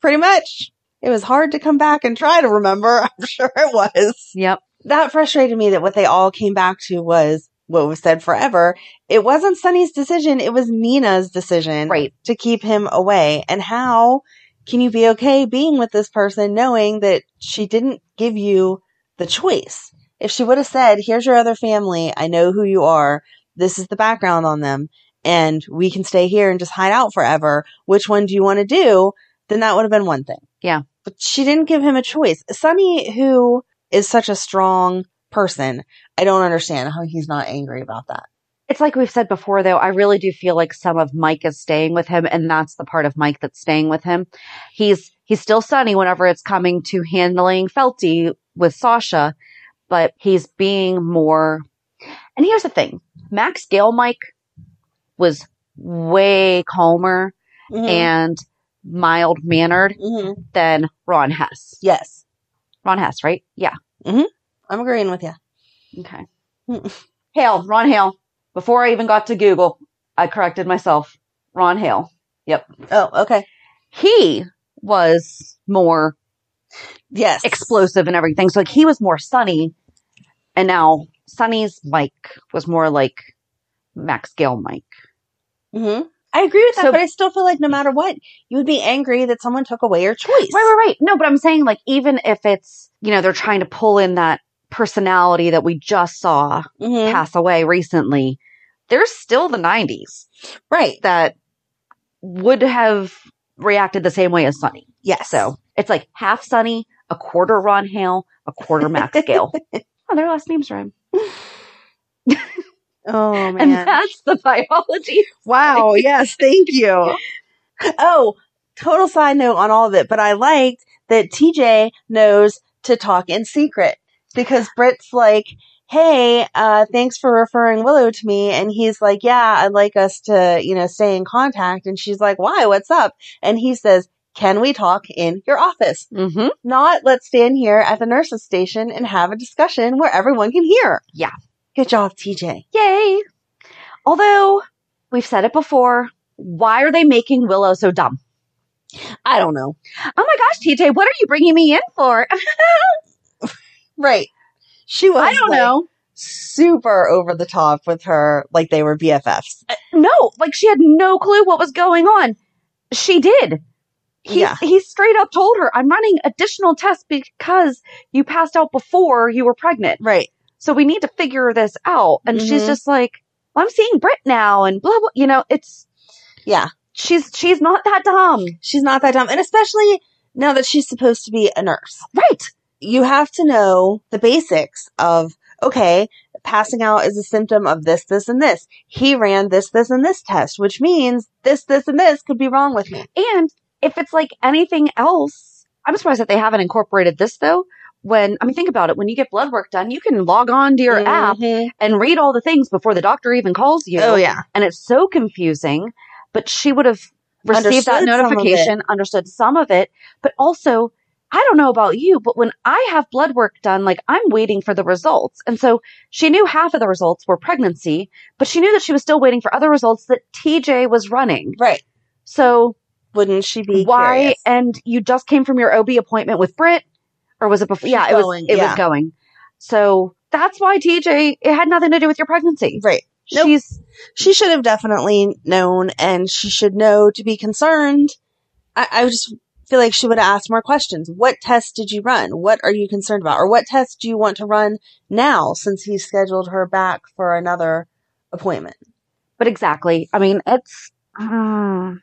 pretty much. It was hard to come back and try to
*laughs*
remember. I'm sure it was.
Yep.
that frustrated me that what they all came back to was what was said forever. It wasn't Sunny's decision. It was Nina's decision
Right.
to keep him away. And how can you be okay being with this person knowing that she didn't give you the choice? If she would have said, here's your other family. I know who you are. This is the background on them and we can stay here and just hide out forever. Which one do you want to do? Then that would have been one thing.
Yeah.
But she didn't give him a choice. Sonny, who is such a strong person. I don't understand how he's not angry about that.
It's like we've said before, though, I really do feel like some of Mike is staying with him, and that's the part of Mike that's staying with him. He's he's still sunny whenever it's coming to handling Felty with Sasha, but he's being more. And here's the thing: Max Gale Mike was way calmer
Hmm.
and mild mannered
Mhm.
than Ron Hess.
Yes,
Ron Hess, right? Yeah.
I'm agreeing with you.
Okay. Hmm. Hale, Ron Hale. Before I even got to Google, I corrected myself. Ron Hale.
Oh, okay.
he was more
Yes.
explosive and everything. So like he was more sunny. And now Sunny's Mike was more like Max Gale Mike.
hmm I agree with that,
So-
but I still feel like no matter what, you would be angry that someone took away your choice.
Right, right, right. No, but I'm saying like even if it's, you know, they're trying to pull in that personality that we just saw
Mhm.
pass away recently, there's still the 90s
Right.
that would have reacted the same way as Sunny.
Yes.
So it's like half Sunny, a quarter Ron Hale, a quarter Max Gale. *laughs* oh, their last names rhyme.
Oh man.
And that's the biology.
*laughs*
Wow. Yes. Thank you.
Oh, total side note on all of it, but I liked that TJ knows to talk in secret because Britt's like, Hey, uh, thanks for referring Willow to me. And he's like, Yeah, I'd like us to, you know, stay in contact. And she's like, Why? What's up? And he says, Can we talk in your office?
Mm-hmm.
Not let's stand here at the nurse's station and have a discussion where everyone can hear.
Yeah.
Good job, TJ.
Yay. Although we've said it before, why are they making Willow so dumb?
I don't know.
Oh my gosh, TJ, what are you bringing me in for? *laughs*
Right. She was.
I don't
like,
know.
super over the top with her, like they were BFFs.
Uh, No, like she had no clue what was going on. She did. He,
Yeah.
he straight up told her, I'm running additional tests because you passed out before you were pregnant.
Right.
So we need to figure this out. And she's
Mhm.
just like, I'm seeing Brit now and blah, blah. You know, it's,
Yeah.
she's, she's not that dumb.
She's not that dumb. And especially now that she's supposed to be a nurse,
Right.
you have to know the basics of, okay, passing out is a symptom of this, this, and this. He ran this, this, and this test, which means this, this, and this could be wrong with me.
And if it's like anything else, I'm surprised that they haven't incorporated this though. When I mean, think about it. When you get blood work done, you can log on to your app
Mhm.
and read all the things before the doctor even calls you.
Oh, yeah.
And it's so confusing. But she would have received that
Understood some of
notification, understood some of it. But also, I don't know about you, but when I have blood work done, like I'm waiting for the results. And so she knew half of the results were pregnancy, but she knew that she was still waiting for other results that TJ was running.
Right.
So
Wouldn't she be
why
curious?
and you just came from your ob appointment with Britt, or was it before
She's
yeah it
going,
was it
yeah.
was going so that's why tj it had nothing to do with your pregnancy
Right. Nope.
she's
she should have definitely known and she should know to be concerned. I, I just feel like she would have asked more questions. What test did you run? What are you concerned about? Or what test do you want to run now since he scheduled her back for another appointment?
but exactly i mean it's mm.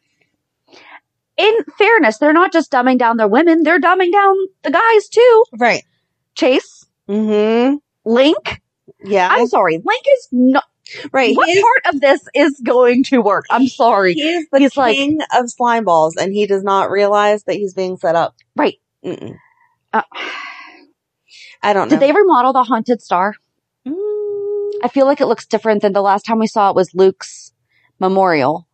in fairness they're not just dumbing down their women they're dumbing down the guys too
Right.
chase
Mm-hmm.
link
Yeah.
i'm sorry link is not
right.
what
He is,
part of this is going to work i'm sorry
he is the
He's like-
king of slime balls and he does not realize that he's being set up.
right
Mm-mm.
Uh,
I don't know.
did they remodel the haunted star
Mm.
I feel like it looks different than the last time we saw it was Luke's memorial.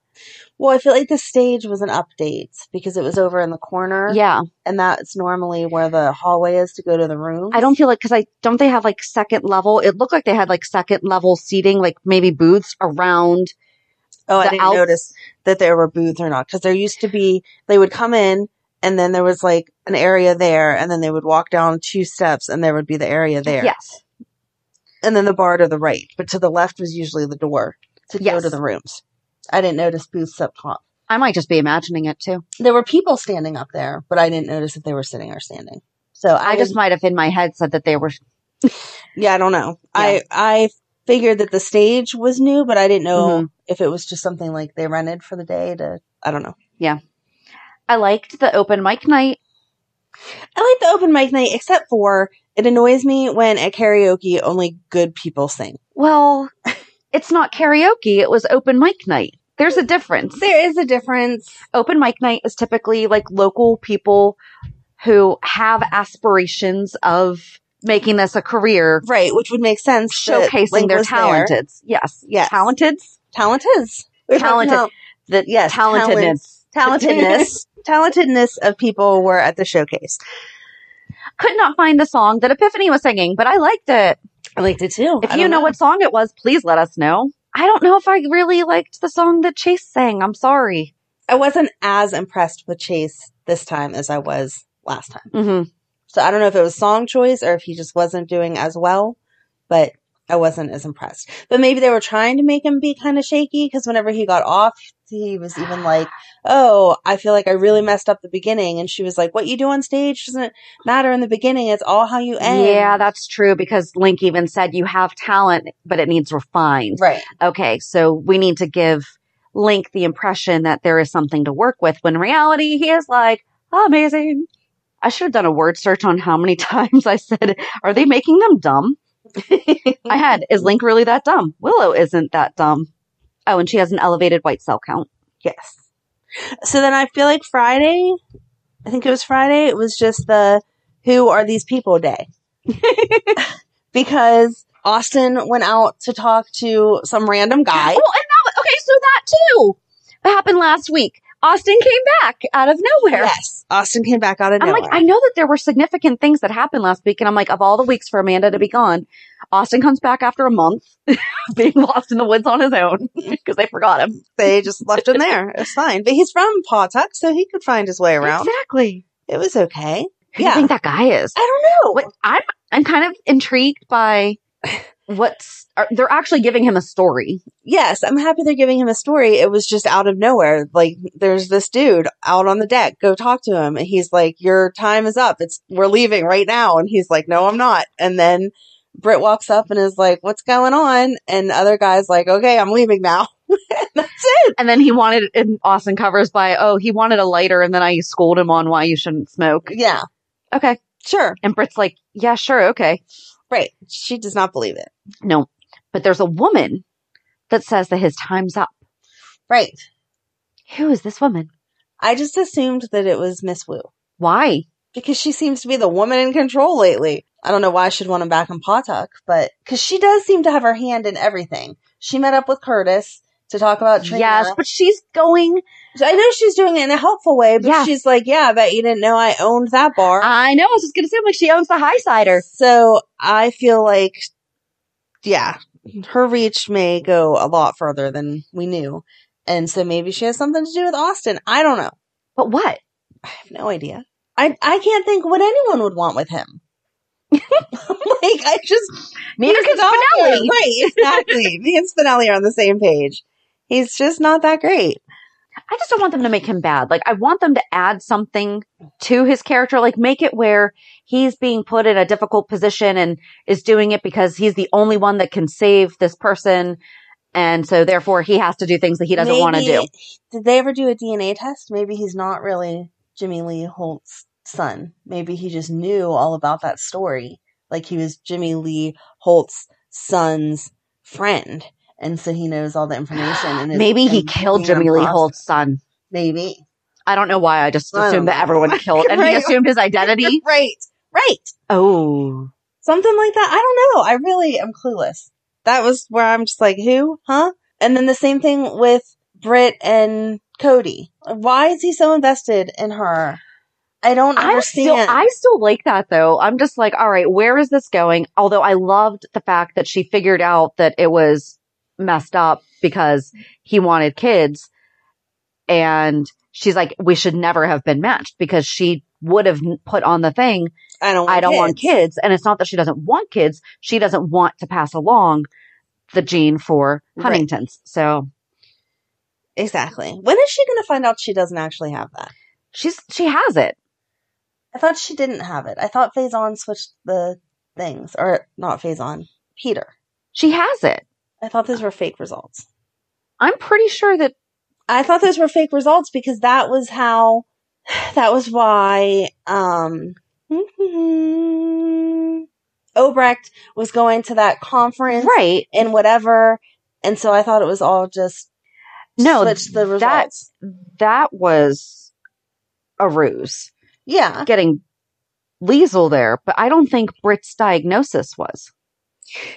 Well, I feel like the stage was an update because it was over in the corner.
Yeah.
and that's normally where the hallway is to go to the room.
I don't feel like, cause I don't they have like second level. It looked like they had like second level seating, like maybe booths around.
Oh, I
the
didn't
outs-
notice that there were booths or not because there used to be. They would come in and then there was like an area there, and then they would walk down two steps, and there would be the area there.
Yes.
And then the bar to the right, but to the left was usually the door to go
Yes.
to the rooms. I didn't notice booths up top.
I might just be imagining it too.
There were people standing up there, but I didn't notice if they were sitting or standing. So I,
I
just
just might have in my head said that they were.
Yeah, I don't know. I I figured that the stage was new, but I didn't know if it was just something like they rented for the day to I don't know.
I liked the open mic night.
I like the open mic night except for it annoys me when at karaoke only good people sing.
Well, *laughs* it's not karaoke. It was open mic night. There's a difference.
There is a difference.
Open mic night is typically like local people who have aspirations of making this a career,
Right, which would make sense. that
showcasing
Link
their
was there.
talented. Yes.
Yes.
Talenteds.
Talent is. We're talking
Talented.
about
The
Yes,
talentedness.
talentedness. *laughs* talentedness of people were at the showcase.
Could not find the song that Epiphany was singing, but I liked it.
I liked it too.
If
I
you
don't
know, what song it was, please let us know. I don't know if I really liked the song that Chase sang. I'm sorry.
I wasn't as impressed with Chase this time as I was last time.
hmm
So I don't know if it was song choice or if he just wasn't doing as well, but I wasn't as impressed. But maybe they were trying to make him be kind of shaky because whenever he got off, he was even like, "Oh, I feel like I really messed up the beginning." And she was like, "What you do on stage doesn't matter in the beginning. It's all how you end."
Yeah, that's true because Link even said you have talent, but it needs refined.
right.
Okay, so we need to give Link the impression that there is something to work with when in reality he is like, amazing. I should have done a word search on how many *laughs* times I said, are they making them dumb? I had, is Link really that dumb? Willow isn't that dumb. Oh, and she has an elevated white cell count.
Yes. So then I feel like Friday, I think it was Friday, it was just the Who Are These
*laughs*
People Day. because Austin went out to talk to some random
Oh,
guy.
and now, okay, so that too happened last week. Austin came back out of nowhere.
Yes. Austin came back out of
I'm
nowhere.
like, I know that there were significant things that happened last week. And I'm like, of all the weeks for Amanda to be gone, Austin comes back after a month *laughs* being lost in the woods on his own *laughs* because they forgot him.
they just left him there. It's fine. But he's from Pawtuck, so he could find his way around.
Exactly.
It was okay.
Who do
Yeah.
you think that guy is?
I don't know.
What Oh, I'm, I'm kind of intrigued by what's, are, they're actually giving him a story.
Yes, I'm happy they're giving him a story. It was just out of nowhere. Like, there's this dude out on the deck. Go talk to him. And he's like, Your time is up. It's we're leaving right now. And he's like, No, I'm not. And then Britt walks up and is like, What's going on? And other guy's like, Okay, I'm leaving now. *laughs* and that's it.
And then he wanted, and Austin covers by, oh, he wanted a lighter. And then I schooled him on why you shouldn't smoke.
Yeah,
Okay.
sure.
And Britt's like, yeah, sure. Okay.
Right. She does not believe it.
No, but there's a woman that says that his time's up.
Right.
Who is this woman?
I just assumed that it was Miss Wu
Why?
because she seems to be the woman in control lately. I don't know why she'd want him back in Pawtuck, but because she does seem to have her hand in everything. She met up with Curtis to talk about Trina.
Yes, but she's going.
I know she's doing it in a helpful way, but
Yes.
she's like, "Yeah, I bet you didn't know I owned that bar."
I know. I was just going to say, I'm like, she owns the high sider.
So I feel like, yeah, her reach may go a lot further than we knew, and so maybe she has something to do with Austin. I don't know.
But what?
I have no idea. I I can't think what anyone would want with him. *laughs* like I just
Neither
he's
can
an author.
Spinelli.
right? Exactly. *laughs* Me and Spinelli are on the same page. He's just not that great.
I just don't want them to make him bad. Like, I want them to add something to his character, like make it where he's being put in a difficult position and is doing it because he's the only one that can save this person. And so therefore he has to do things that he doesn't want to do.
Maybe- Did they ever do a DNA test? Maybe he's not really Jimmy Lee Holt's son. Maybe he just knew all about that story. Like he was Jimmy Lee Holt's son's friend, and so he knows all the information. And is-
Maybe he
and
killed
being in
Jimmy Lee
process.
Holt's son.
Maybe
I don't know why. I just
I don't
assumed that
know.
everyone killed and he
*laughs* Right.
assumed his
*laughs*
identity.
right, right.
Oh.
something like that. I don't know. I really am clueless. That was where I'm just like, who, huh? And then the same thing with Britt and Cody. Why is he so invested in her? I don't
I'm
understand.
still, I still like that though. I'm just like, all right, where is this going? Although I loved the fact that she figured out that it was messed up because he wanted kids and she's like, we should never have been matched because she would have put on the thing.
I don't. Want
I don't want kids. And it's not that she doesn't want kids. She doesn't want to pass along the gene for
Right.
Huntington's. So
Exactly. When is she going to find out she doesn't actually have that?
she's, she has it.
I thought she didn't have it. I thought Faison switched the things, or not Faison, Peter.
She has it.
I thought those were fake results.
I'm pretty sure that
I thought those were fake results because that was how, *sighs* that was why, um, *laughs* Obrecht was going to that conference
right.
and whatever. And so I thought it was all just
No,
switch the results.
that- That was a ruse
yeah.
getting Liesel there, but I don't think Brit's diagnosis was.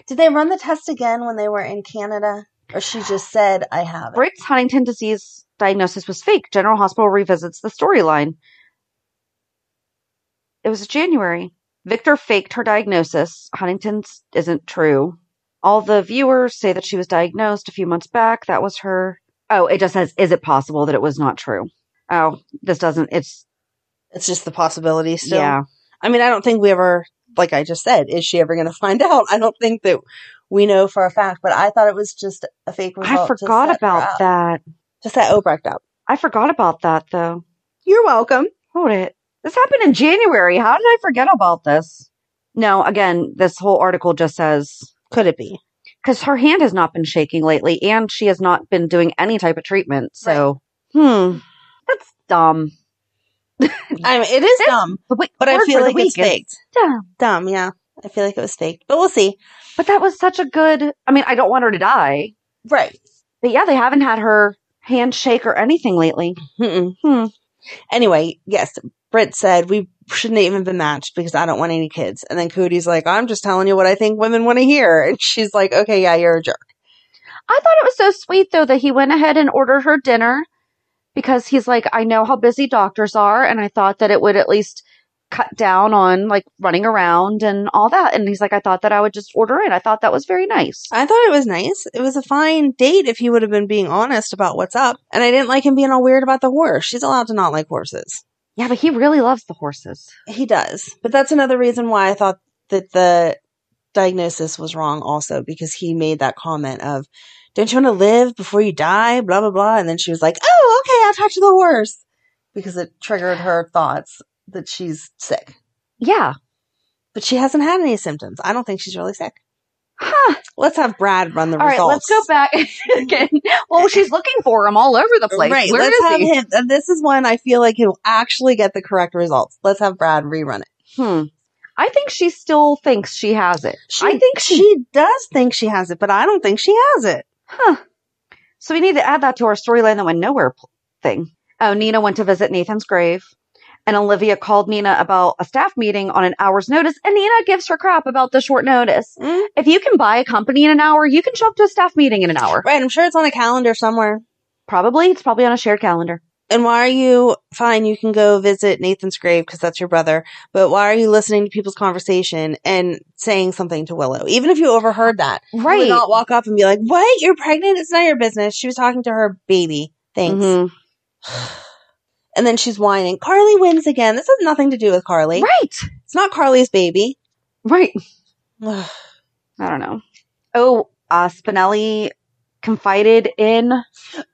Did they run the test again when they were in Canada? Or she just said, I have it.
Brit's Huntington disease diagnosis was fake. General Hospital revisits the storyline. It was January. Victor faked her diagnosis. Huntington's isn't true. All the viewers say that she was diagnosed a few months back. That was her. Oh, it just says, is it possible that it was not true? Oh, this doesn't. It's,
It's just the possibility still.
yeah.
I mean, I don't think we ever, like I just said, is she ever going to find *laughs* out? I don't think that we know for a fact, but I thought it was just a fake result.
I
to
forgot
set her
about
up-
that.
To set Obrecht up.
I forgot about that though.
You're welcome.
Hold it. This happened in January. How did I forget about this? No, again, this whole article just says
Could it be?
because her hand has not been shaking lately and she has not been doing any type of treatment. So, hmm, that's dumb.
I mean, it is dumb,
The wi-
but I
word for
feel
the
like it's
week is
faked.
dumb.
Dumb, yeah. I feel like it was faked, but we'll see.
But that was such a good, I mean, I don't want her to die.
Right.
But yeah, they haven't had her hand shake or anything lately.
Mm-mm.
Hmm.
Anyway, yes, Britt said we shouldn't even been matched because I don't want any kids. And then Cody's like, I'm just telling you what I think women want to hear. And she's like, okay, yeah, you're a jerk.
I thought it was so sweet though that he went ahead and ordered her dinner because he's like, I know how busy doctors are, and I thought that it would at least cut down on like running around and all that. And he's like, I thought that I would just order in. I thought that was very nice.
I thought it was nice. It was a fine date if he would have been being honest about what's up. And I didn't like him being all weird about the horse. She's allowed to not like horses.
Yeah, but he really loves the horses.
He does. But that's another reason why I thought that the diagnosis was wrong also because he made that comment of, don't you want to live before you die? Blah, blah, blah. And then she was like, oh, okay, I'll talk to the horse because it triggered her thoughts that she's sick.
Yeah.
But she hasn't had any symptoms. I don't think she's really sick.
Huh.
Let's have Brad run the
All right,
results.
let's go back *laughs* again. Well, she's looking for him all over the place.
Right.
Where
let's
is
have
he?
him. And this is when I feel like he'll actually get the correct results. Let's have Brad rerun it.
Hmm. I think she still thinks she has it.
She,
I think she.
does think she has it, but I don't think she has it.
Huh. So we need to add that to our storyline that went nowhere pl- thing. Oh, Nina went to visit Nathan's grave, and Olivia called Nina about a staff meeting on an hour's notice, and Nina gives her crap about the short notice.
Mm.
If you can buy a company in an hour, you can show up to a staff meeting in an hour.
Right. I'm sure it's on a calendar somewhere.
Probably. It's probably on a shared calendar.
And why are you fine? You can go visit Nathan's grave because that's your brother. But why are you listening to people's conversation and saying something to Willow? Even if you overheard that, you
Right.
would not walk up and be like, "What? You're pregnant? It's not your business." She was talking to her baby. Thanks.
Mhm.
And then she's whining. Carly wins again. This has nothing to do with Carly.
Right.
It's not Carly's baby.
Right.
Ugh.
I don't know. Oh, uh, Spinelli confided in.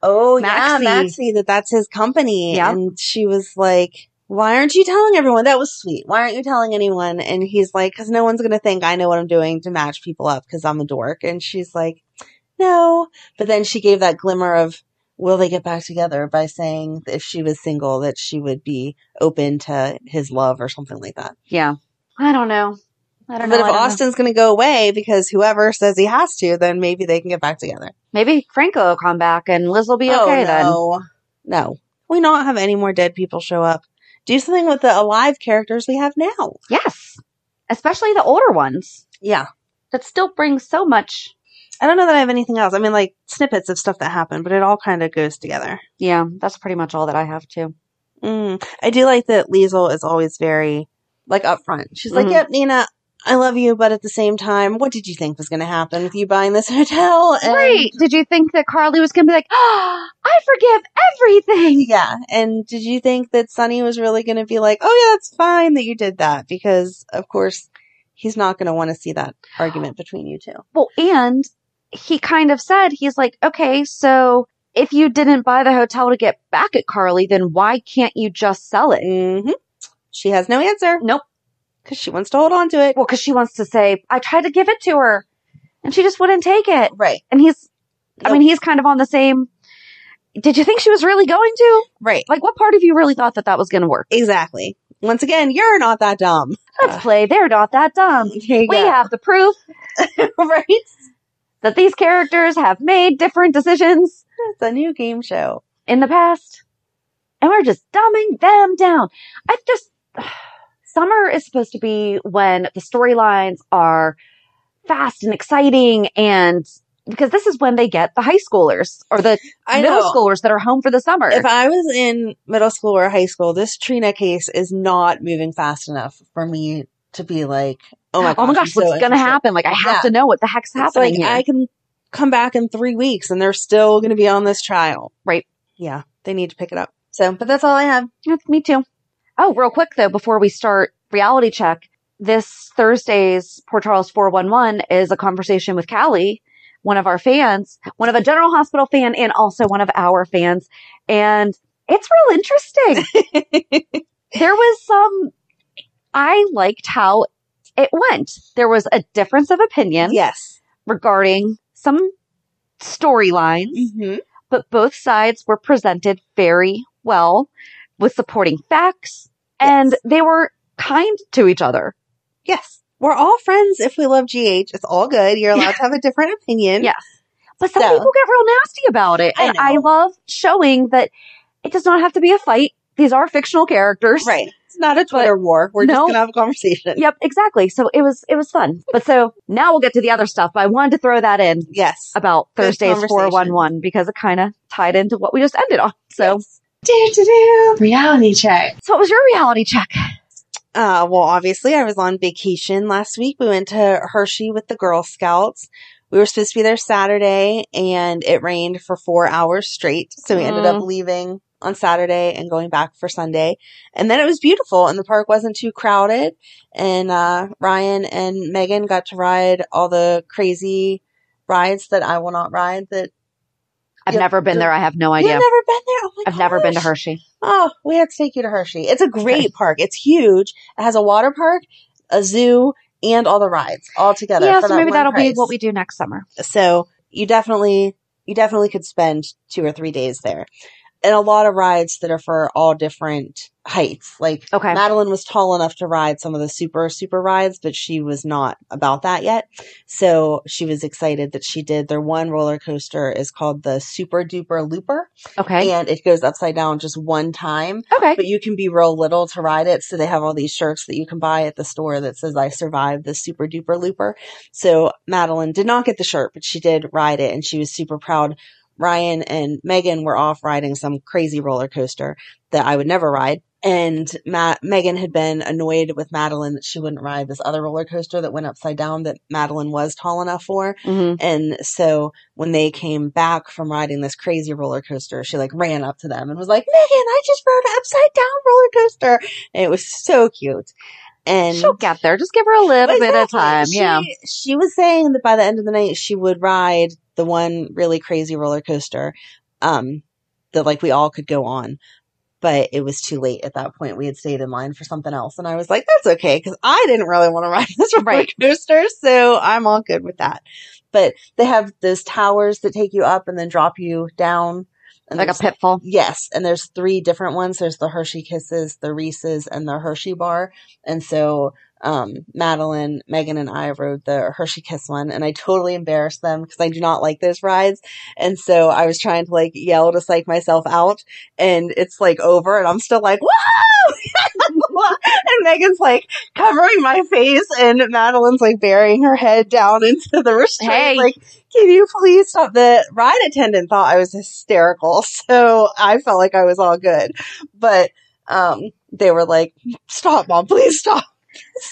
Oh
Maxie.
yeah, Maxie, that that's his company.
Yeah.
And she was like, why aren't you telling everyone? That was sweet. Why aren't you telling anyone? And he's like, cause no one's going to think I know what I'm doing to match people up cause I'm a dork. And she's like, no. But then she gave that glimmer of, will they get back together by saying that if she was single, that she would be open to his love or something like that.
Yeah. I don't know. I don't
But
know.
if
I don't know.
Austin's going to go away because whoever says he has to, then maybe they can get back together.
Maybe Franco will come back and Liz will be okay then.
Oh, no. No. Can we not have any more dead people show up? Do something with the alive characters we have now.
Yes. Especially the older ones
Yeah.
that still bring so much.
I don't know that I have anything else. I mean, like snippets of stuff that happened, but it all kind of goes together.
Yeah. That's pretty much all that I have too.
Mm. I do like that Liesel is always very, like, upfront. She's like,
Mhm.
yep, Nina, I love you, but at the same time, what did you think was going to happen with you buying this *laughs* hotel? And,
Right. Did you think that Carly was going to be like, oh, I forgive everything?
*laughs*
*laughs*
Yeah. And did you think that Sonny was really going to be like, oh, yeah, it's fine that you did that? Because, of course, he's not going to want to see that argument between you two.
Well, and he kind of said, he's like, okay, so if you didn't buy the hotel to get back at Carly, then why can't you just sell it?
hmm She has no answer
Nope.
because she wants to hold on to it.
Well, because she wants to say, I tried to give it to her and she just wouldn't take it.
Right.
And he's, I
Nope.
mean, he's kind of on the same. Did you think she was really going to?
Right.
Like, what part of you really thought that that was going to work?
Exactly. Once again, you're not that dumb. *laughs*
Let's play. They're not that dumb.
There
We
you go.
have the proof
*laughs* right?
that these characters have made different decisions
It's a new game show.
in the past, and we're just dumbing them down. I just *sighs* summer is supposed to be when the storylines are fast and exciting, and because this is when they get the high schoolers or the
I
middle
know.
schoolers that are home for the summer.
If I was in middle school or high school, this Trina case is not moving fast enough for me to be like, oh my gosh,
*gasps* oh my
I'm
gosh,
so
what's going to
interested.
happen? Like, I have
Yeah.
to know what the heck's
It's
happening
like,
here.
I can come back in three weeks and they're still going to be on this trial.
Right.
Yeah. They need to pick it up. So, but that's all I have.
That's me too. Oh, real quick though, before we start reality check, this Thursday's Port Charles 411 is a conversation with Callie, one of our fans, one of a General Hospital fan and also one of our fans. And it's real interesting. *laughs* there was some, I liked how it went. There was a difference of opinion
Yes.
regarding some storylines
Mm-hmm.
but both sides were presented very well with supporting facts and
Yes.
they were kind to each other.
Yes. We're all friends if we love GH. It's all good. You're *laughs* allowed to have a different opinion.
Yeah. But some
So-
people get real nasty about it.
I
and
know.
I love showing that it does not have to be a fight. These are fictional characters.
Right. It's not a Twitter war. We're just
No.
going to have a conversation.
Yep, exactly. So it was it was fun. But so now we'll get to the other stuff. But I wanted to throw that in
Yes.
about
Good
Thursday's
conversation.
411 because it kind of tied into what we just ended on. So
Do, do, do. Reality check.
so it was your reality check.
Uh, well, obviously, I was on vacation last week. We went to Hershey with the Girl Scouts. We were supposed to be there Saturday, and it rained for four hours straight. So we ended
Mm.
up leaving on Saturday and going back for Sunday. And then it was beautiful, and the park wasn't too crowded. And uh, Ryan and Megan got to ride all the crazy rides that I will not ride. That
I've
Yep.
never been there. I have no
you've
idea.
never been there. Oh my
I've never been to
gosh.
Hershey.
Oh, we had to take you to Hershey. It's a great park. It's huge. It has a water park, a zoo, and all the rides all together.
Yeah, so
for that
maybe
one
that'll
price.
be what we do next summer.
So you definitely, you definitely could spend two or three days there, and a lot of rides that are for all different heights. Like
Okay.
Madeline was tall enough to ride some of the super super rides, but she was not about that yet. So she was excited that she did. Their one roller coaster is called the Super Duper Looper,
Okay.
and it goes upside down just one time
okay.
but you can be real little to ride it. So they have all these shirts that you can buy at the store that says "I survived the super duper looper." So Madeline did not get the shirt, but she did ride it, and she was super proud. Ryan and Megan were off riding some crazy roller coaster that I would never ride. And Ma- Megan had been annoyed with Madeline that she wouldn't ride this other roller coaster that went upside down that Madeline was tall enough for.
Mhm.
And so when they came back from riding this crazy roller coaster, she like ran up to them and was like, Megan, I just rode an upside down roller coaster. And it was so cute. And
She'll get there. Just give her a little bit of
Exactly.
time.
She-
yeah.
She was saying that by the end of the night, she would ride the one really crazy roller coaster um, that like we all could go on. But it was too late at that point. We had stayed in line for something else. And I was like, that's okay. Cause I didn't really want to ride *laughs* this roller
Right.
coaster. So I'm all good with that. But they have those towers that take you up and then drop you down. And
Like a
there's-
pitfall.
Yes, and there's three different ones. There's the Hershey Kisses, the Reese's, and the Hershey Bar. And so um, Madeline, Megan, and I rode the Hershey Kiss one, and I totally embarrassed them because I do not like those rides. And so I was trying to like yell to psych myself out, and it's like over, and I'm still like, whoa! *laughs* and Megan's like covering my face, and Madeline's like burying her head down into the restraint.
Hey.
Like, can you please stop? The ride attendant thought I was hysterical, *laughs* so I felt like I was all good. But um, they were like, stop, mom, please stop. *laughs*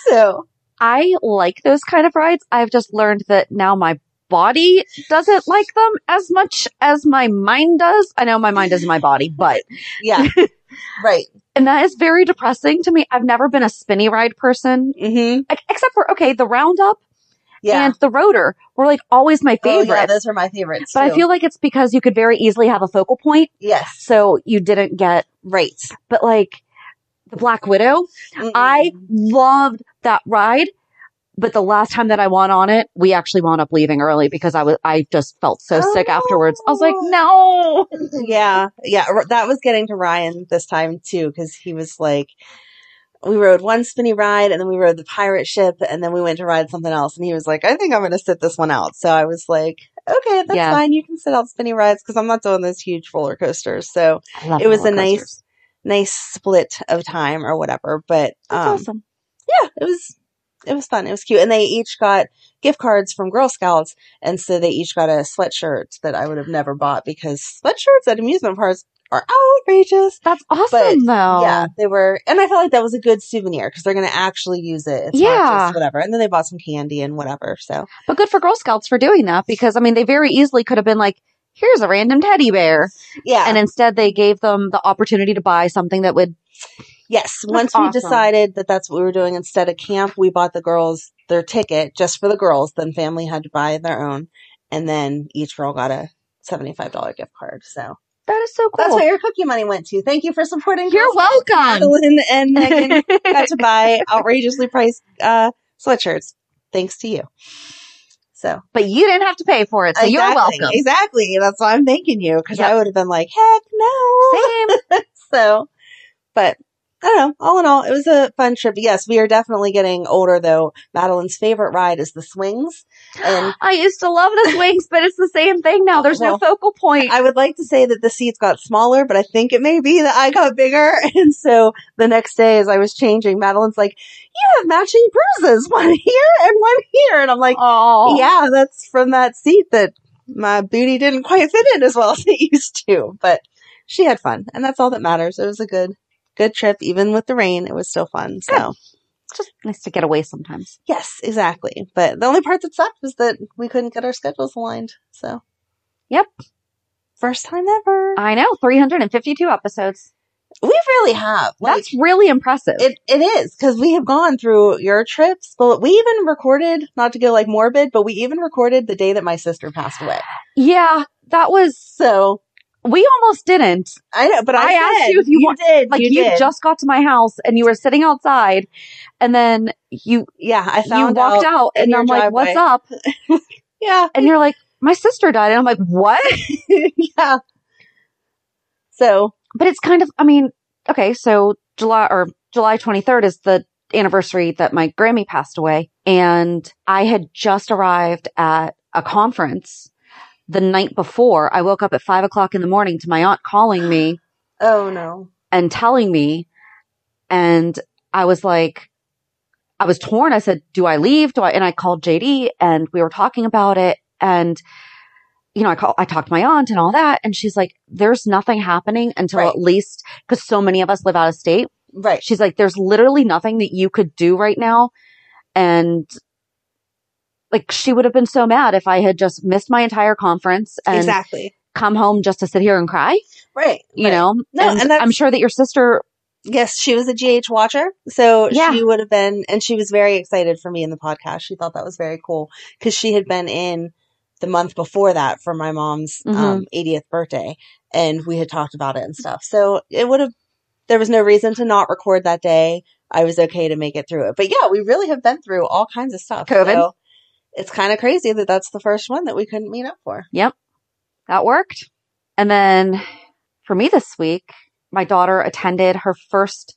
So
I like those kind of rides. I've just learned that now my body doesn't like them as much as my mind does. I know my mind isn't my body, but *laughs*
Yeah. right.
and that is very depressing to me. I've never been a spinny ride person,
Mm-hmm.
like, except for okay, the roundup
Yeah.
and the rotor were like always my
Oh,
favorite.
yeah, those are my favorites.
but
too.
I feel like it's because you could very easily have a focal point,
yes,
so you didn't get.
right.
But like the Black Widow,
Mm-mm.
I loved that ride. But the last time that I went on it, we actually wound up leaving early because I was I just felt so sick
Oh.
afterwards. I was like, no.
yeah, yeah. r- That was getting to Ryan this time too because he was like, we rode one spinny ride and then we rode the pirate ship and then we went to ride something else and he was like, I think I'm going to sit this one out. So I was like, okay, that's
Yeah.
fine. You can sit out spinny rides because I'm not doing those huge roller coasters. So
I love
it was a
roller coasters.
nice, nice split of time or whatever. But
That's
um,
awesome.
yeah, it was it was fun. It was cute, and they each got gift cards from Girl Scouts, and so they each got a sweatshirt that I would have never bought because sweatshirts at amusement parks are outrageous.
That's awesome though.
Yeah, they were, and I felt like that was a good souvenir because they're going to actually use it. It's not
Yeah.
just whatever. And then they bought some candy and whatever. So
But good for Girl Scouts for doing that because I mean they very easily could have been like, here's a random teddy bear.
yeah,
And instead they gave them the opportunity to buy something that would
Yes. Once we
awesome.
decided that that's what we were doing instead of camp, we bought the girls their ticket just for the girls. Then family had to buy their own. And then each girl got a $75 gift card. So
that is so
that's
cool.
what your cookie money went to. Thank you for supporting
You're
Girl Scouts.
welcome.
*laughs* Madeline and
*laughs*
Megan got to buy outrageously priced uh, sweatshirts thanks to you. So
but you didn't have to pay for it, so you're
Exactly,
welcome.
Exactly. That's why I'm thanking you because
Yep.
I would have been like, heck no.
Same.
So, but I don't know. All in all, it was a fun trip. Yes, we are definitely getting older though. Madeline's favorite ride is the swings. And
I used to love the swings, but it's the same thing now. There's no
Well,
focal point.
I would like to say that the seats got smaller, but I think it may be that I got bigger. *laughs* And so the next day as I was changing, Madeline's like, you have matching bruises, *laughs* one here and one here. And I'm like,
Oh,
yeah, that's from that seat that my booty didn't quite fit in as well as it *laughs* used to. But she had fun, and that's all that matters. It was a good, good trip, even with the rain. It was still fun. So
just nice to get away sometimes.
yes, exactly. But the only part that sucked was that we couldn't get our schedules aligned. So
Yep.
first time ever.
I know. 352 episodes.
we really have. Like,
That's really impressive.
It it is because we have gone through your trips, but we even recorded not to go like morbid, but we even recorded the day that my sister passed away.
yeah, that was.
So
We almost didn't.
I know, but
I
I,
asked
said,
you if you want-
did,
Like you,
did.
just got to my house and you were sitting outside, and then you
yeah, I
you
found
walked
out.
out,
in
and
your
I'm like, "What's
driveway."
up?"
*laughs* Yeah, *laughs*
And you're like, "My sister died," and I'm like, "What?"
yeah. So
but it's kind of i mean okay so july or july 23rd is the anniversary that my grammy passed away and i had just arrived at a conference the night before i woke up at five o'clock in the morning to my aunt calling me *laughs*
oh no,
and telling me and i was like i was torn i said do i leave do i and i called jd and we were talking about it and you know, I call, I talked to my aunt and all that. And she's like, there's nothing happening until
Right.
at least, cause so many of us live out of state.
right,
She's like, there's literally nothing that you could do right now. And like, she would have been so mad if I had just missed my entire conference and
exactly,
come home just to sit here and cry,
right.
you
right.
know?
No, and
and
that's-
I'm sure that your sister,
yes, she was a GH watcher, so
Yeah.
she would have been, and she was very excited for me in the podcast. She thought that was very cool because she had been in the month before that for my mom's
Mm-hmm.
um, 80th birthday, and we had talked about it and stuff. So it would have, there was no reason to not record that day. I was okay to make it through it, but yeah, we really have been through all kinds of stuff.
COVID.
So it's kind of crazy that that's the first one that we couldn't meet up for.
yep, that worked. And then for me this week, my daughter attended her first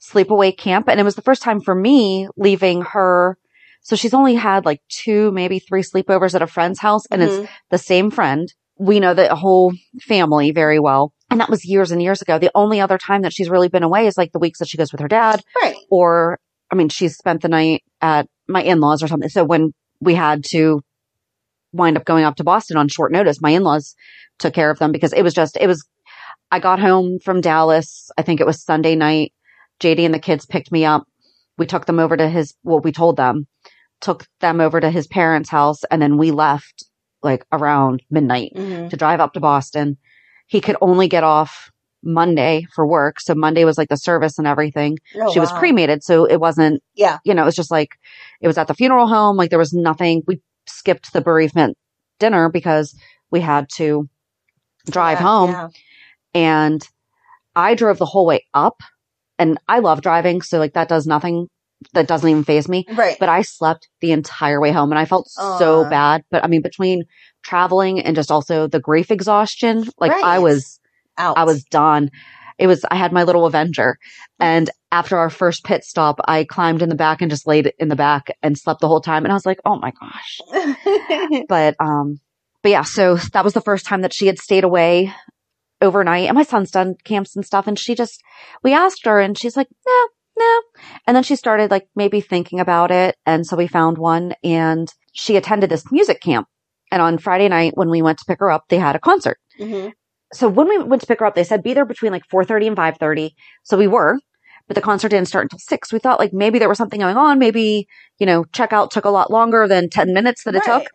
sleepaway camp and it was the first time for me leaving her. So she's only had like two, maybe three sleepovers at a friend's house and it's
Mhm.
the same friend. We know the whole family very well. And that was years and years ago. The only other time that she's really been away is like the weeks that she goes with her dad
right.
or, I mean, she's spent the night at my in-laws or something. So when we had to wind up going up to Boston on short notice, my in-laws took care of them because it was just, it was, I got home from Dallas. I think it was Sunday night. JD and the kids picked me up. we took them over to his, well, we told them, took them over to his parents' house, and then we left like around midnight
hmm
to drive up to Boston. He could only get off Monday for work. So Monday was like the service and everything.
Oh,
she was cremated. So it wasn't,
Yeah.
you know, it was just like, it was at the funeral home. Like there was nothing. We skipped the bereavement dinner because we had to drive
Yeah,
home
yeah.
and I drove the whole way up and I love driving. So like that does nothing. That doesn't even phase me
Right.
but I slept the entire way home and I felt so
Aw.
bad. But I mean, between traveling and just also the grief exhaustion, like I
Right.
was,
out.
I was done. It was, I had my little Avenger.
Mm.
And after our first pit stop, I climbed in the back and just laid in the back and slept the whole time. And I was like, oh my gosh.
*laughs*
But, um, but yeah, so that was the first time that she had stayed away overnight. And my son's done camps and stuff. And she just, we asked her and she's like, no, no. And then she started like maybe thinking about it. And so we found one and she attended this music camp. And on Friday night when we went to pick her up, they had a concert.
Mhm.
So when we went to pick her up, they said be there between like 4.30 and 5.30. So we were, but the concert didn't start until six. We thought like maybe there was something going on. Maybe, you know, checkout took a lot longer than 10 minutes that it took.
Right.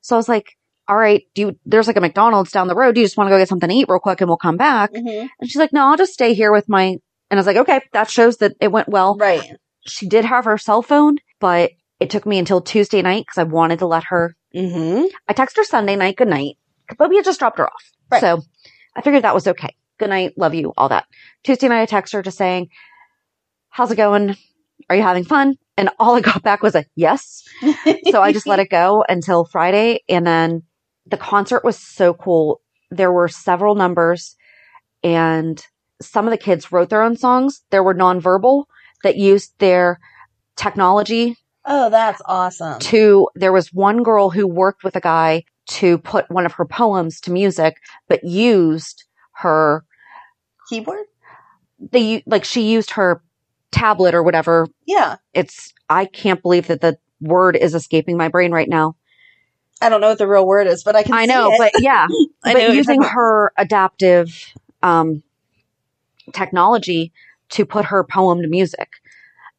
So I was like, all right, do you, there's like a McDonald's down the road. Do you just want to go get something to eat real quick and we'll come back?
Mhm.
And she's like, no, I'll just stay here with my, and I was like, okay, that shows that it went well.
Right.
She did have her cell phone, but it took me until Tuesday night because I wanted to let her,
Mm-hmm.
I text her Sunday night, good night, but we had just dropped her off.
Right.
So I figured that was okay. Good night. Love you. All that. Tuesday night, I text her just saying, how's it going? Are you having fun? And all I got back was a yes so I just let it go until Friday. And then the concert was so cool. There were several numbers and some of the kids wrote their own songs. There were nonverbal that used their technology
Oh, that's awesome.
to, there was one girl who worked with a guy to put one of her poems to music, but used her,
Keyboard?
they, u- like she used her tablet or whatever
Yeah.
it's, I can't believe that the word is escaping my brain right now.
I don't know what the real word is, but I can
I
see
know,
it. *laughs*
but yeah,
I know what
but
you're
using
talking about.
her adaptive um, technology to put her poem to music.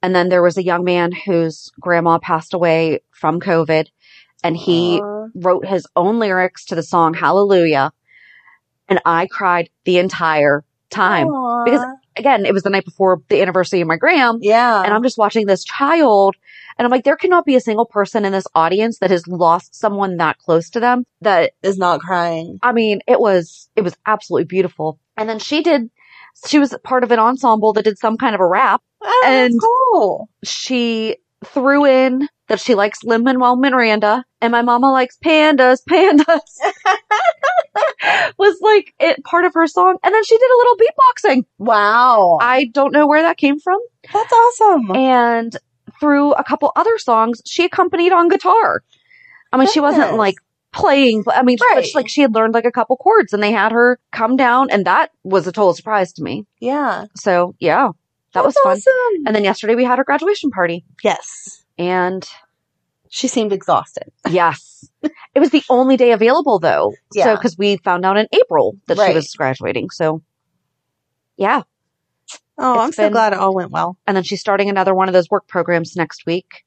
And then there was a young man whose grandma passed away from COVID, and he
Aw.
wrote his own lyrics to the song Hallelujah. And I cried the entire time.
Oh.
because-
Aw.
Again, it was the night before the anniversary of my gram.
yeah.
And I'm just watching this child. And I'm like, there cannot be a single person in this audience that has lost someone that close to them that
is not crying.
I mean, it was it was absolutely beautiful. And then she did she was part of an ensemble that did some kind of a rap.
Oh, that's
And-
cool.
She threw in that she likes Lin Manuel Miranda and my mama likes pandas,
*laughs*
pandas. was like it part of her song. And then she did a little beatboxing.
Wow.
I don't know where that came from.
that's awesome.
And through a couple other songs, she accompanied on guitar. I mean, she wasn't
Goodness.
like playing. but I mean,
Right.
it's like she had learned like a couple chords and they had her come down and that was a total surprise to me.
Yeah.
So yeah, that was
That's
fun.
awesome.
And then yesterday we had her graduation party
yes.
and
She seemed exhausted.
yes, it was the only day available though. So
Yeah.
cause we found out in April that she
Right.
was graduating. So yeah.
Oh,
It's
I'm so
been-
glad it all went well.
And then she's starting another one of those work programs next week.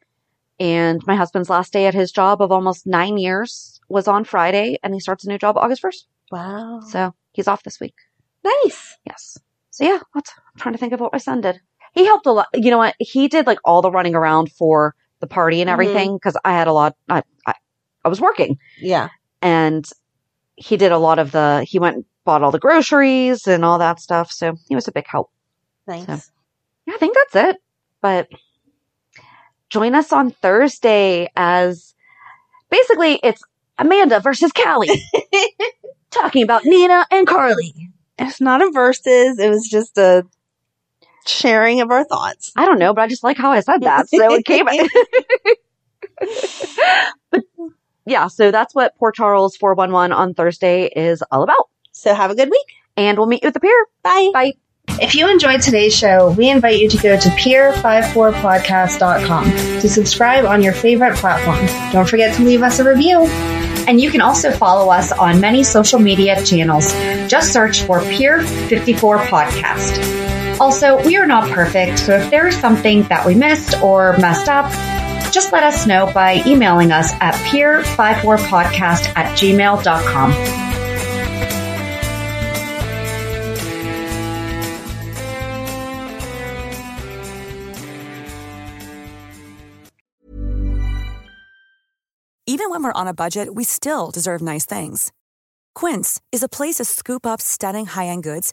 And my husband's last day at his job of almost nine years was on Friday and he starts a new job August 1st.
Wow.
So he's off this week.
nice.
Yes. So yeah, that's, I'm trying to think of what my son did. He helped a lot. You know what? He did like all the running around for the party and
Mhm.
everything because I had a lot. I, I I was working
Yeah.
and he did a lot of the. He went and bought all the groceries and all that stuff. So he was a big help.
Nice. *laughs*
So- Yeah, I think that's it. But join us on Thursday as basically it's Amanda versus
*laughs*
Callie talking about Nina and Carly.
It's not a verses. It was just a sharing of our thoughts.
I don't know, but I just like how I said that. So it
*laughs*
came. but yeah, so that's what Poor Charles 411 on Thursday is all about.
So have a good week.
And we'll meet you at the pier.
Bye.
Bye.
If you enjoyed today's show, we invite you to go to peer54podcast.com to subscribe on your favorite platform. Don't forget to leave us a review. And you can also follow us on many social media channels. Just search for Peer54 Podcast. Also, we are not perfect, so if there is something that we missed or messed up, just let us know by emailing us at peer54podcast at gmail.com.
Even when we're on a budget, we still deserve nice things. Quince is a place to scoop up stunning high end goods